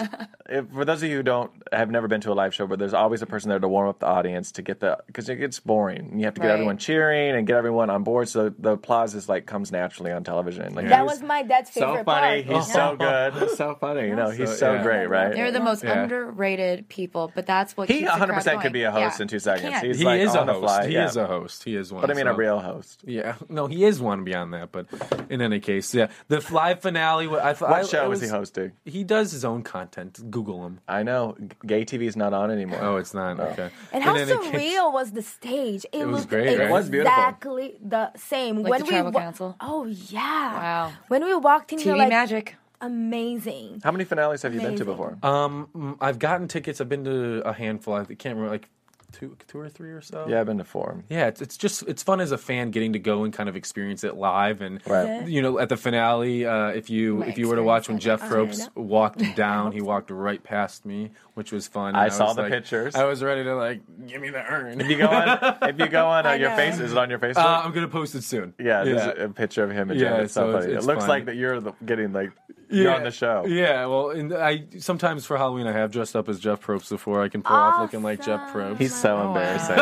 Speaker 4: if, for those of you who don't have never been to a live show, but there's always a person there to warm up the audience to get the because it gets boring. and You have to get
Speaker 3: Right.
Speaker 4: everyone cheering and get everyone on board, so the applause is like comes naturally on television. Like
Speaker 5: That
Speaker 4: he's
Speaker 5: was my dad's favorite
Speaker 4: so funny.
Speaker 5: part. Uh-huh.
Speaker 4: He's so good. so funny. You know, he's
Speaker 2: So-
Speaker 4: so
Speaker 2: yeah.
Speaker 4: great, right?
Speaker 3: They're the most
Speaker 2: Yeah.
Speaker 3: underrated people, but that's what
Speaker 4: he
Speaker 3: keeps the crowd
Speaker 4: 100 percent could
Speaker 3: going.
Speaker 4: be a host
Speaker 3: Yeah.
Speaker 4: in two
Speaker 3: He
Speaker 4: seconds.
Speaker 3: can't.
Speaker 4: He's
Speaker 2: he
Speaker 4: like
Speaker 2: is a
Speaker 4: on the
Speaker 2: host.
Speaker 4: fly.
Speaker 2: He
Speaker 4: yeah.
Speaker 2: is a host. He is one.
Speaker 4: But I mean, a
Speaker 2: so-
Speaker 4: real host.
Speaker 2: Yeah, no, he is one beyond that. But in any case, yeah, the live finale. wa- I thought
Speaker 4: What
Speaker 2: I-
Speaker 4: show
Speaker 2: it
Speaker 4: is he hosting? Oh.
Speaker 2: He does his own content. Google him.
Speaker 4: I know G- gay TV is not on anymore.
Speaker 2: Oh, it's not okay.
Speaker 5: And how
Speaker 2: In any case-
Speaker 5: surreal was the stage? It,
Speaker 2: was
Speaker 5: looked
Speaker 2: great, right? It
Speaker 4: was beautiful.
Speaker 5: exactly the same.
Speaker 3: Like the tribal council?
Speaker 5: Oh yeah.
Speaker 3: Wow.
Speaker 5: When we walked in, we
Speaker 3: TV
Speaker 5: were like,
Speaker 3: magic.
Speaker 5: amazing.
Speaker 4: How many finales have you been to
Speaker 5: Amazing.
Speaker 4: before?
Speaker 2: Um, mm, I've gotten tickets. I've been to a handful. I can't remember, like two, two or three or so.
Speaker 4: Yeah, I've been to four.
Speaker 2: Yeah, it's, it's just it's fun as a fan getting to go and kind of experience it live, and
Speaker 4: Right.
Speaker 2: you know at the finale, uh, if you
Speaker 4: My
Speaker 2: if you were to watch when Jeff
Speaker 4: experience Oh,
Speaker 2: Probst walked down, he walked right past me, which was fun.
Speaker 4: I
Speaker 2: and
Speaker 4: saw
Speaker 2: was
Speaker 4: the
Speaker 2: like-
Speaker 4: pictures.
Speaker 2: I was ready to like give me the urn.
Speaker 4: If you go on, if you go on uh,
Speaker 2: I
Speaker 4: your
Speaker 2: know.
Speaker 4: face, is it on your Facebook?
Speaker 2: Uh, I'm gonna post it soon.
Speaker 4: yeah, there's
Speaker 2: Yeah.
Speaker 4: a picture of him and
Speaker 2: Yeah,
Speaker 4: Janet. It's so
Speaker 2: so it's-
Speaker 4: funny.
Speaker 2: it's
Speaker 4: it looks
Speaker 2: fun.
Speaker 4: like that you're the, getting like you're on the show.
Speaker 2: Yeah, well, and I sometimes for Halloween I have dressed up as Jeff Probst before. I can pull off looking like Jeff Probst.
Speaker 4: He's so embarrassing.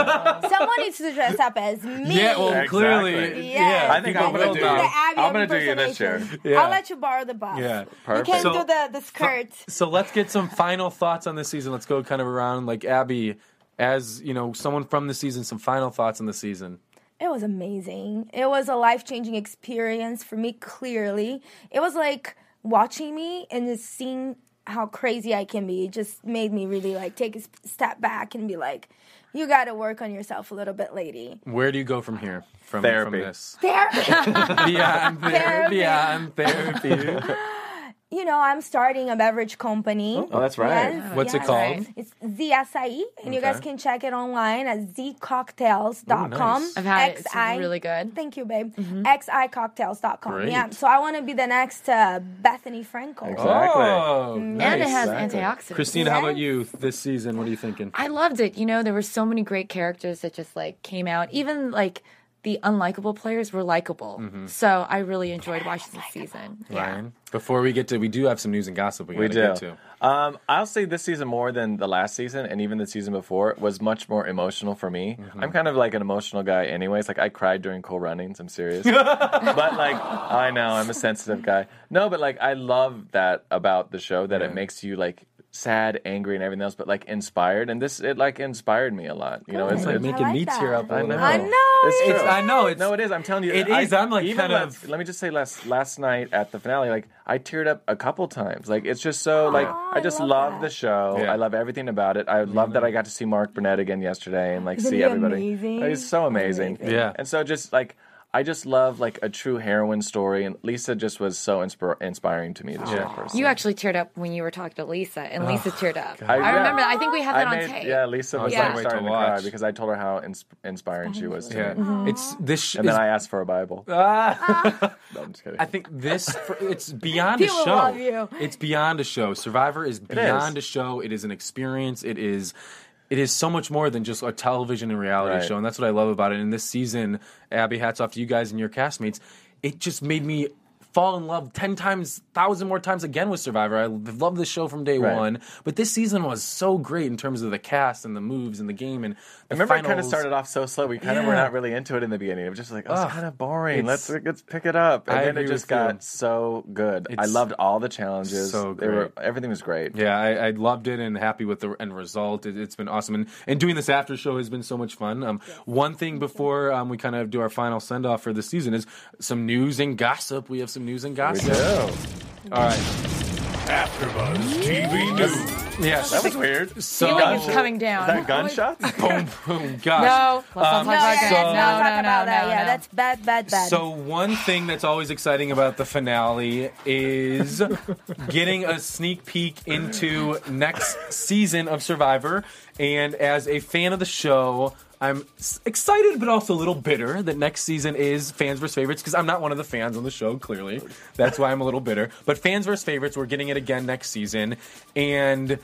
Speaker 5: Someone needs to dress up as me.
Speaker 2: Yeah, well,
Speaker 4: Exactly.
Speaker 2: clearly,
Speaker 5: Yes.
Speaker 2: yeah.
Speaker 4: I think I'm
Speaker 2: people
Speaker 4: gonna
Speaker 2: will
Speaker 4: do.
Speaker 2: know.
Speaker 4: I'm gonna do you this year.
Speaker 2: Yeah.
Speaker 5: I'll let you borrow the box.
Speaker 2: Yeah.
Speaker 5: You can
Speaker 2: So-
Speaker 5: do the, the skirt.
Speaker 2: So let's get some final thoughts on this season. Let's go kind of around like Abby, as you know, someone from the season. Some final thoughts on the season.
Speaker 5: It was amazing. It was a life changing experience for me, clearly. It was like watching me and just seeing how crazy I can be. It just made me really like take a s- step back and be like, you got to work on yourself a little bit, lady.
Speaker 2: Where do you go from here? From
Speaker 4: Therapy.
Speaker 2: from this
Speaker 5: Therapy.
Speaker 2: beyond therapy, beyond therapy.
Speaker 5: You know, I'm starting a beverage company.
Speaker 2: Oh, that's right. What's it called?
Speaker 5: It's Z Acai, and you guys
Speaker 2: Okay.
Speaker 5: can check it online at zcocktails.com.
Speaker 2: Ooh, nice.
Speaker 3: I've had it. It's
Speaker 5: XI
Speaker 3: really good. Mm-hmm.
Speaker 5: Thank you, babe. xicocktails.com.
Speaker 2: Great.
Speaker 5: Yeah, so I want to be the next uh, Bethany Frankel.
Speaker 2: Oh,
Speaker 5: And
Speaker 2: nice.
Speaker 5: it has Exactly.
Speaker 3: antioxidants.
Speaker 2: Christina, how about you this season? What are you thinking?
Speaker 3: I loved it. You know, there were so many great characters that just like came out. Even like the unlikable players were likable.
Speaker 4: Mm-hmm.
Speaker 2: Mhm.
Speaker 3: So I really enjoyed watching the season.
Speaker 5: oh,
Speaker 2: Ryan, before we get to, we do have some news and gossip. We,
Speaker 4: We
Speaker 2: gotta
Speaker 4: do.
Speaker 2: Get to.
Speaker 4: Um, I'll say this season more than the last season, and even the season before was much more emotional for me.
Speaker 2: Mm-hmm.
Speaker 4: I'm kind of like an emotional guy, anyways. Like I cried during Cool Runnings. I'm serious, but like I know I'm a sensitive guy. No, but like I love that about the show that it makes you like sad, angry, and everything else, but like inspired. And this it like inspired me a lot. You know,
Speaker 2: It's like making me tear up. a
Speaker 4: I know.
Speaker 2: little.
Speaker 4: It's
Speaker 2: It's-
Speaker 4: true.
Speaker 2: I know. It's,
Speaker 4: no, it is. I'm telling you,
Speaker 2: It
Speaker 4: I,
Speaker 2: is. I'm like
Speaker 4: even
Speaker 2: kind
Speaker 4: last- Let me just say, last last night at the finale, like I teared up a couple times. Like it's just so like I just love, the show. I love everything about it. I love that I got to see Mark Burnett again yesterday and like
Speaker 5: Isn't
Speaker 4: see
Speaker 5: he
Speaker 4: everybody.
Speaker 5: amazing?
Speaker 4: He's so amazing.
Speaker 2: Yeah.
Speaker 4: And so just like. I just love like a true heroine story, and Lisa just was so inspir- inspiring to me this year. personally.
Speaker 3: You actually teered up when you were talking to Lisa, and Lisa teared up.
Speaker 4: God.
Speaker 3: I,
Speaker 4: I- yeah.
Speaker 3: remember that. I think we have that
Speaker 4: I
Speaker 3: on
Speaker 4: made-
Speaker 3: tape.
Speaker 4: Yeah, Lisa
Speaker 2: I
Speaker 4: was
Speaker 2: can't
Speaker 4: like
Speaker 2: wait to
Speaker 4: starting to, cry
Speaker 2: watch.
Speaker 4: because I told her how ins- inspiring she was. To
Speaker 2: Yeah.
Speaker 4: me.
Speaker 2: Mhm. It's this. Sh-
Speaker 4: and then
Speaker 2: is- Ah.
Speaker 4: I asked for a Bible. no, I'm just kidding.
Speaker 2: I think this for- it's beyond a
Speaker 4: People
Speaker 2: show.
Speaker 4: love you.
Speaker 2: It's beyond a show. Survivor is
Speaker 4: is.
Speaker 2: beyond a show. It is an experience. It is it is so much more than just a television and reality
Speaker 4: Right.
Speaker 2: show, and that's what I love about it. And this season, Abby, hats off to you guys and your castmates. It just made me fall in love 10 times 1000 more times again with survivor i love the show from day
Speaker 4: Right.
Speaker 2: one but this season was so great in terms of the cast and the moves and the game and
Speaker 4: I
Speaker 2: the
Speaker 4: remember it kind of
Speaker 2: finals.
Speaker 4: started off so slow. We kind of were
Speaker 2: Yeah.
Speaker 4: not really into it in the beginning. It was just like, oh,
Speaker 2: Ugh,
Speaker 4: it's kind of boring.
Speaker 2: it's-
Speaker 4: Let's let's pick it up. And
Speaker 2: I
Speaker 4: then it
Speaker 2: agree
Speaker 4: just
Speaker 2: with you.
Speaker 4: got so good. I
Speaker 2: It's
Speaker 4: loved all the challenges.
Speaker 2: so
Speaker 4: They were,
Speaker 2: great.
Speaker 4: everything was great.
Speaker 2: Yeah, I, I loved it and happy with the end result. It, it's been awesome, and and doing this after show has been so much fun. Um, one thing before um, we kind of do our final send off for the season is some news and gossip. We have some news and gossip.
Speaker 11: do.
Speaker 2: All right.
Speaker 11: AfterBuzz TV News.
Speaker 2: Yes.
Speaker 4: That was weird.
Speaker 2: So-
Speaker 3: Feel like it's coming down.
Speaker 4: Is that gunshots?
Speaker 2: boom, boom, gosh.
Speaker 3: No,
Speaker 2: Um,
Speaker 3: let's not talk about
Speaker 2: so-
Speaker 3: that. No,
Speaker 5: Talk
Speaker 3: no,
Speaker 5: about that.
Speaker 3: no, no,
Speaker 5: yeah,
Speaker 3: no.
Speaker 5: that's bad, bad, bad.
Speaker 2: So one thing that's always exciting about the finale is getting a sneak peek into next season of Survivor. And as a fan of the show, I'm s- excited but also a little bitter that next season is fans versus favorites because I'm not one of the fans on the show. Clearly, that's why I'm a little bitter. But fans versus favorites, we're getting it again next season, and.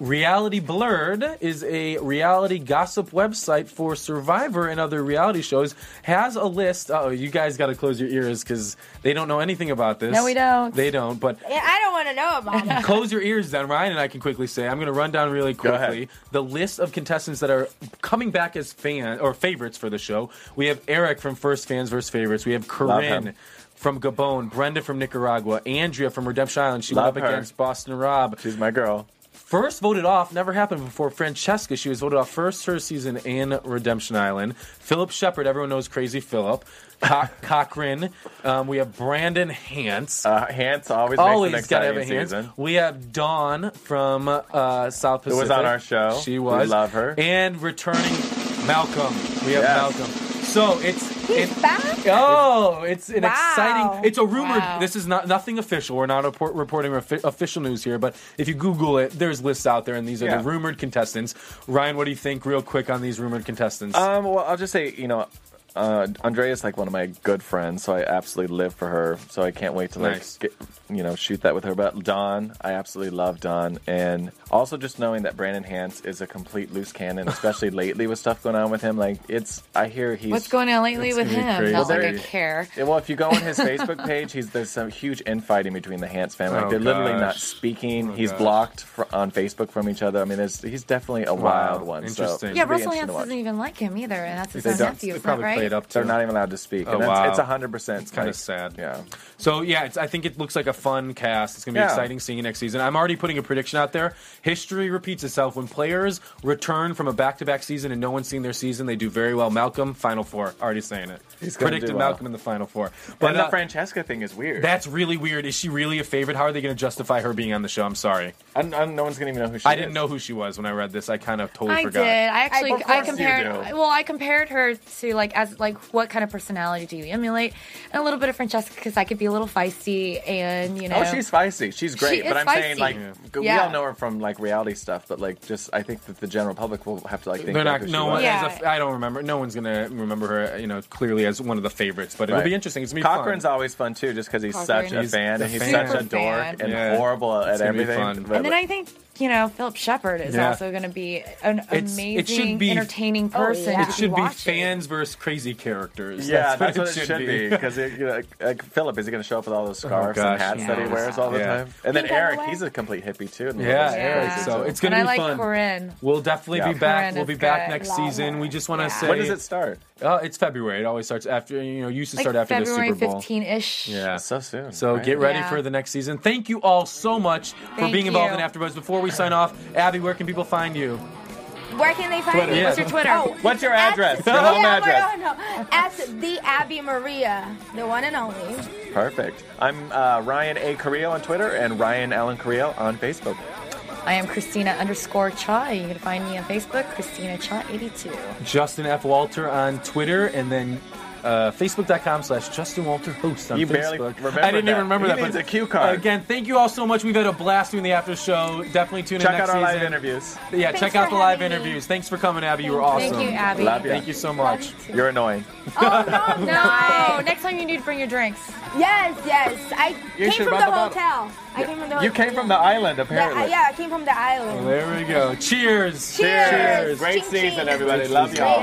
Speaker 2: Reality Blurred is a reality gossip website for Survivor and other reality shows. Has a list. Oh, you guys got to close your ears because they don't know anything about this.
Speaker 5: No, we don't.
Speaker 2: They don't. But
Speaker 5: Yeah, I don't want to know about it.
Speaker 2: close your ears then, Ryan, and I can quickly say I'm going to run down really quickly the list of contestants that are coming back as fan or favorites for the show. We have Eric from First Fans vs. Favorites. We have
Speaker 4: Love him.
Speaker 2: Corinne from Gabon, Brenda from Nicaragua, Andrea from Redemption Island. She
Speaker 4: Love
Speaker 2: went up
Speaker 4: her.
Speaker 2: against Boston Rob.
Speaker 4: She's my girl.
Speaker 2: First voted off, never happened before. Francesca, she was voted off first her season in Redemption Island. Philip Shepard, everyone knows Crazy Philip. Co- Cochran. Um, we have Brandon Hance.
Speaker 4: Uh, Hance always,
Speaker 2: Always
Speaker 4: makes an
Speaker 2: gotta
Speaker 4: exciting
Speaker 2: have a Hance.
Speaker 4: season.
Speaker 2: We have Dawn from uh, South
Speaker 4: Who
Speaker 2: Pacific.
Speaker 4: was on our show.
Speaker 2: She
Speaker 4: We
Speaker 2: was.
Speaker 4: love her.
Speaker 2: And returning Malcolm. We have
Speaker 4: Yes.
Speaker 2: Malcolm. So it's He's
Speaker 5: back?
Speaker 2: Oh, it's an exciting. It's a rumored.
Speaker 5: Wow.
Speaker 2: This is not nothing official. We're not report, reporting offi- official news here, but if you Google it, there's lists out there, and these are
Speaker 4: Yeah.
Speaker 2: the rumored contestants. Ryan, what do you think, real quick, on these rumored contestants?
Speaker 4: Um, well, I'll just say, you know, uh, Andrea's like one of my good friends, so I absolutely live for her. So I can't wait to like,
Speaker 2: Nice.
Speaker 4: get, you know, shoot that with her. But Don, I absolutely love Don, and also just knowing that Brandon Hance is a complete loose cannon, especially lately with stuff going on with him. Like it's, I hear he's
Speaker 3: What's going on lately
Speaker 4: It's
Speaker 3: with
Speaker 4: gonna be
Speaker 3: him?
Speaker 4: crazy.
Speaker 3: Not
Speaker 4: Well,
Speaker 3: like I
Speaker 4: there-
Speaker 3: care.
Speaker 4: Yeah, well, if you go on his Facebook page, he's there's some huge infighting between the Hance family. Like,
Speaker 2: Oh,
Speaker 4: they're literally
Speaker 2: gosh.
Speaker 4: not speaking.
Speaker 2: Oh,
Speaker 4: he's
Speaker 2: gosh.
Speaker 4: blocked fr- on Facebook from each other. I mean, there's, he's definitely a
Speaker 2: Wow.
Speaker 4: wild one. so
Speaker 2: Interesting.
Speaker 3: Yeah,
Speaker 4: it'll be
Speaker 3: Russell
Speaker 4: interesting
Speaker 3: Hans
Speaker 4: to watch.
Speaker 3: doesn't even like him either, and that's his
Speaker 4: They
Speaker 3: own
Speaker 4: don't-
Speaker 3: nephew. Is that right?
Speaker 4: They're not even allowed to speak.
Speaker 2: Oh,
Speaker 4: and that's,
Speaker 2: wow.
Speaker 4: It's 100%.
Speaker 2: It's kind
Speaker 4: like-
Speaker 2: of sad.
Speaker 4: Yeah.
Speaker 2: So yeah, it's, I think it looks like a fun cast. It's gonna be
Speaker 4: Yeah.
Speaker 2: exciting seeing you next season. I'm already putting a prediction out there. History repeats itself when players return from a back-to-back season and no one's seen their season. They do very well. Malcolm, Final Four, already saying it.
Speaker 4: He's gonna
Speaker 2: predicted
Speaker 4: do well.
Speaker 2: Malcolm in the Final Four.
Speaker 4: But the
Speaker 2: uh,
Speaker 4: Francesca thing is weird.
Speaker 2: that's really weird. Is she really a favorite? How are they going to justify her being on the show? I'm sorry.
Speaker 4: I, don't no one's going to even know who she
Speaker 2: I
Speaker 4: is.
Speaker 2: didn't know who she was when I read this. I kind of totally
Speaker 3: I did.
Speaker 2: forgot.
Speaker 3: I actually
Speaker 4: Of
Speaker 3: I
Speaker 4: course you
Speaker 3: compared
Speaker 2: do.
Speaker 3: well, I compared her to like as like what kind of personality do you emulate? And a little bit of Francesca because I could be a little feisty and you know.
Speaker 4: Oh, she's feisty. She's
Speaker 3: She
Speaker 4: great.
Speaker 3: is
Speaker 4: but I'm saying,
Speaker 3: feisty.
Speaker 4: like,
Speaker 3: Yeah.
Speaker 4: g- we
Speaker 3: Yeah.
Speaker 4: all know her from, like, reality stuff. But, like, just, I think that the general public will have to, like, think
Speaker 2: They're
Speaker 4: about
Speaker 2: not.
Speaker 4: who she
Speaker 2: No
Speaker 4: was.
Speaker 2: one. As a, I don't remember. No one's gonna remember her. You know, clearly as one of the favorites. But
Speaker 4: Right.
Speaker 2: it'll be interesting. It's gonna be
Speaker 4: Cochran's
Speaker 2: fun.
Speaker 4: always fun too, just because he's
Speaker 3: Cochran.
Speaker 4: such a
Speaker 2: He's
Speaker 4: fan
Speaker 2: a
Speaker 4: and he's
Speaker 2: fan.
Speaker 4: such a
Speaker 3: Super
Speaker 4: dork
Speaker 3: fan.
Speaker 4: and
Speaker 2: Yeah.
Speaker 4: horrible at
Speaker 2: It's gonna be
Speaker 4: everything.
Speaker 2: fun.
Speaker 4: But-
Speaker 3: and then I think you know Philip Shepard is
Speaker 2: Yeah.
Speaker 3: also going to be an
Speaker 2: It's-
Speaker 3: amazing,
Speaker 2: it should be- Oh,
Speaker 3: entertaining
Speaker 4: Oh,
Speaker 3: person.
Speaker 2: It should be fans versus crazy characters.
Speaker 4: yeah, that's, what it should be. Because you know, like, like Philip is he going to show up with all those scarves and
Speaker 2: Oh, gosh,
Speaker 4: hats that he
Speaker 2: yeah.
Speaker 4: wears all the
Speaker 2: Yeah.
Speaker 4: time? And then
Speaker 3: Pink on the
Speaker 4: Eric,
Speaker 3: way.
Speaker 4: he's a complete hippie too. and
Speaker 2: Yeah,
Speaker 4: loves
Speaker 2: Eric,
Speaker 4: crazy,
Speaker 2: so
Speaker 4: too.
Speaker 2: it's gonna
Speaker 3: and
Speaker 2: be
Speaker 3: I like
Speaker 2: fun.
Speaker 3: Corinne.
Speaker 2: We'll definitely
Speaker 4: Yeah.
Speaker 2: be back.
Speaker 3: Corinne
Speaker 2: we'll
Speaker 3: is
Speaker 2: be back
Speaker 3: good.
Speaker 2: next
Speaker 3: Love
Speaker 2: season. We just want to say
Speaker 4: When does it start?
Speaker 2: Uh, it's February. It always starts after you know. Used to
Speaker 3: Like
Speaker 2: start after
Speaker 3: February
Speaker 2: the Super Bowl.
Speaker 3: 15 ish.
Speaker 2: Yeah,
Speaker 4: so soon.
Speaker 2: So
Speaker 4: right?
Speaker 2: get ready
Speaker 3: Yeah.
Speaker 2: for the next season. Thank you all so much for
Speaker 3: Thank
Speaker 2: being involved
Speaker 3: you.
Speaker 2: in AfterBuzz. Before we sign off, Abby, where can people find you?
Speaker 5: Where can they find
Speaker 2: Twitter.
Speaker 5: me?
Speaker 2: Yeah.
Speaker 5: What's your Twitter?
Speaker 2: Oh, What's your address? Your home
Speaker 5: yeah,
Speaker 2: address.
Speaker 5: My, oh, no. At the Abby Maria, the one and only.
Speaker 4: Perfect. I'm uh, Ryan A. Carrillo on Twitter and Ryan Allen Carrillo on Facebook.
Speaker 3: I am Christina underscore Cha. You can find me on Facebook, Christina Cha 82.
Speaker 2: Justin F. Walter on Twitter, and then uh, Facebook.com slash Justin Walter Host on
Speaker 4: You
Speaker 2: Facebook.
Speaker 4: barely remembered
Speaker 2: I didn't
Speaker 4: that.
Speaker 2: even remember
Speaker 4: He
Speaker 2: that.
Speaker 4: needs
Speaker 2: but
Speaker 4: a cue card.
Speaker 2: Again, thank you all so much. We've had a blast doing the after show. Definitely tune
Speaker 4: Check
Speaker 2: in next
Speaker 4: out our live
Speaker 2: season.
Speaker 4: interviews.
Speaker 2: Yeah,
Speaker 4: Thanks
Speaker 2: check
Speaker 4: for
Speaker 2: out the live
Speaker 4: having me.
Speaker 2: interviews. Thanks for coming, Abby. You were
Speaker 3: Thank
Speaker 2: awesome.
Speaker 3: you, Abby.
Speaker 4: Love ya.
Speaker 2: Thank you so much.
Speaker 4: You're annoying.
Speaker 3: No, Oh, next time you need to bring your drinks.
Speaker 5: Yes, yes. I
Speaker 4: You
Speaker 5: came
Speaker 4: should
Speaker 5: from the
Speaker 4: rub a bottle.
Speaker 5: hotel. I came from the
Speaker 4: You
Speaker 5: hotel.
Speaker 4: came from the island,
Speaker 5: Yeah, I-
Speaker 4: apparently.
Speaker 5: yeah, I came from the island.
Speaker 2: There we go. Cheers.
Speaker 5: Cheers.
Speaker 4: Cheers. Great season, everybody. Love y'all.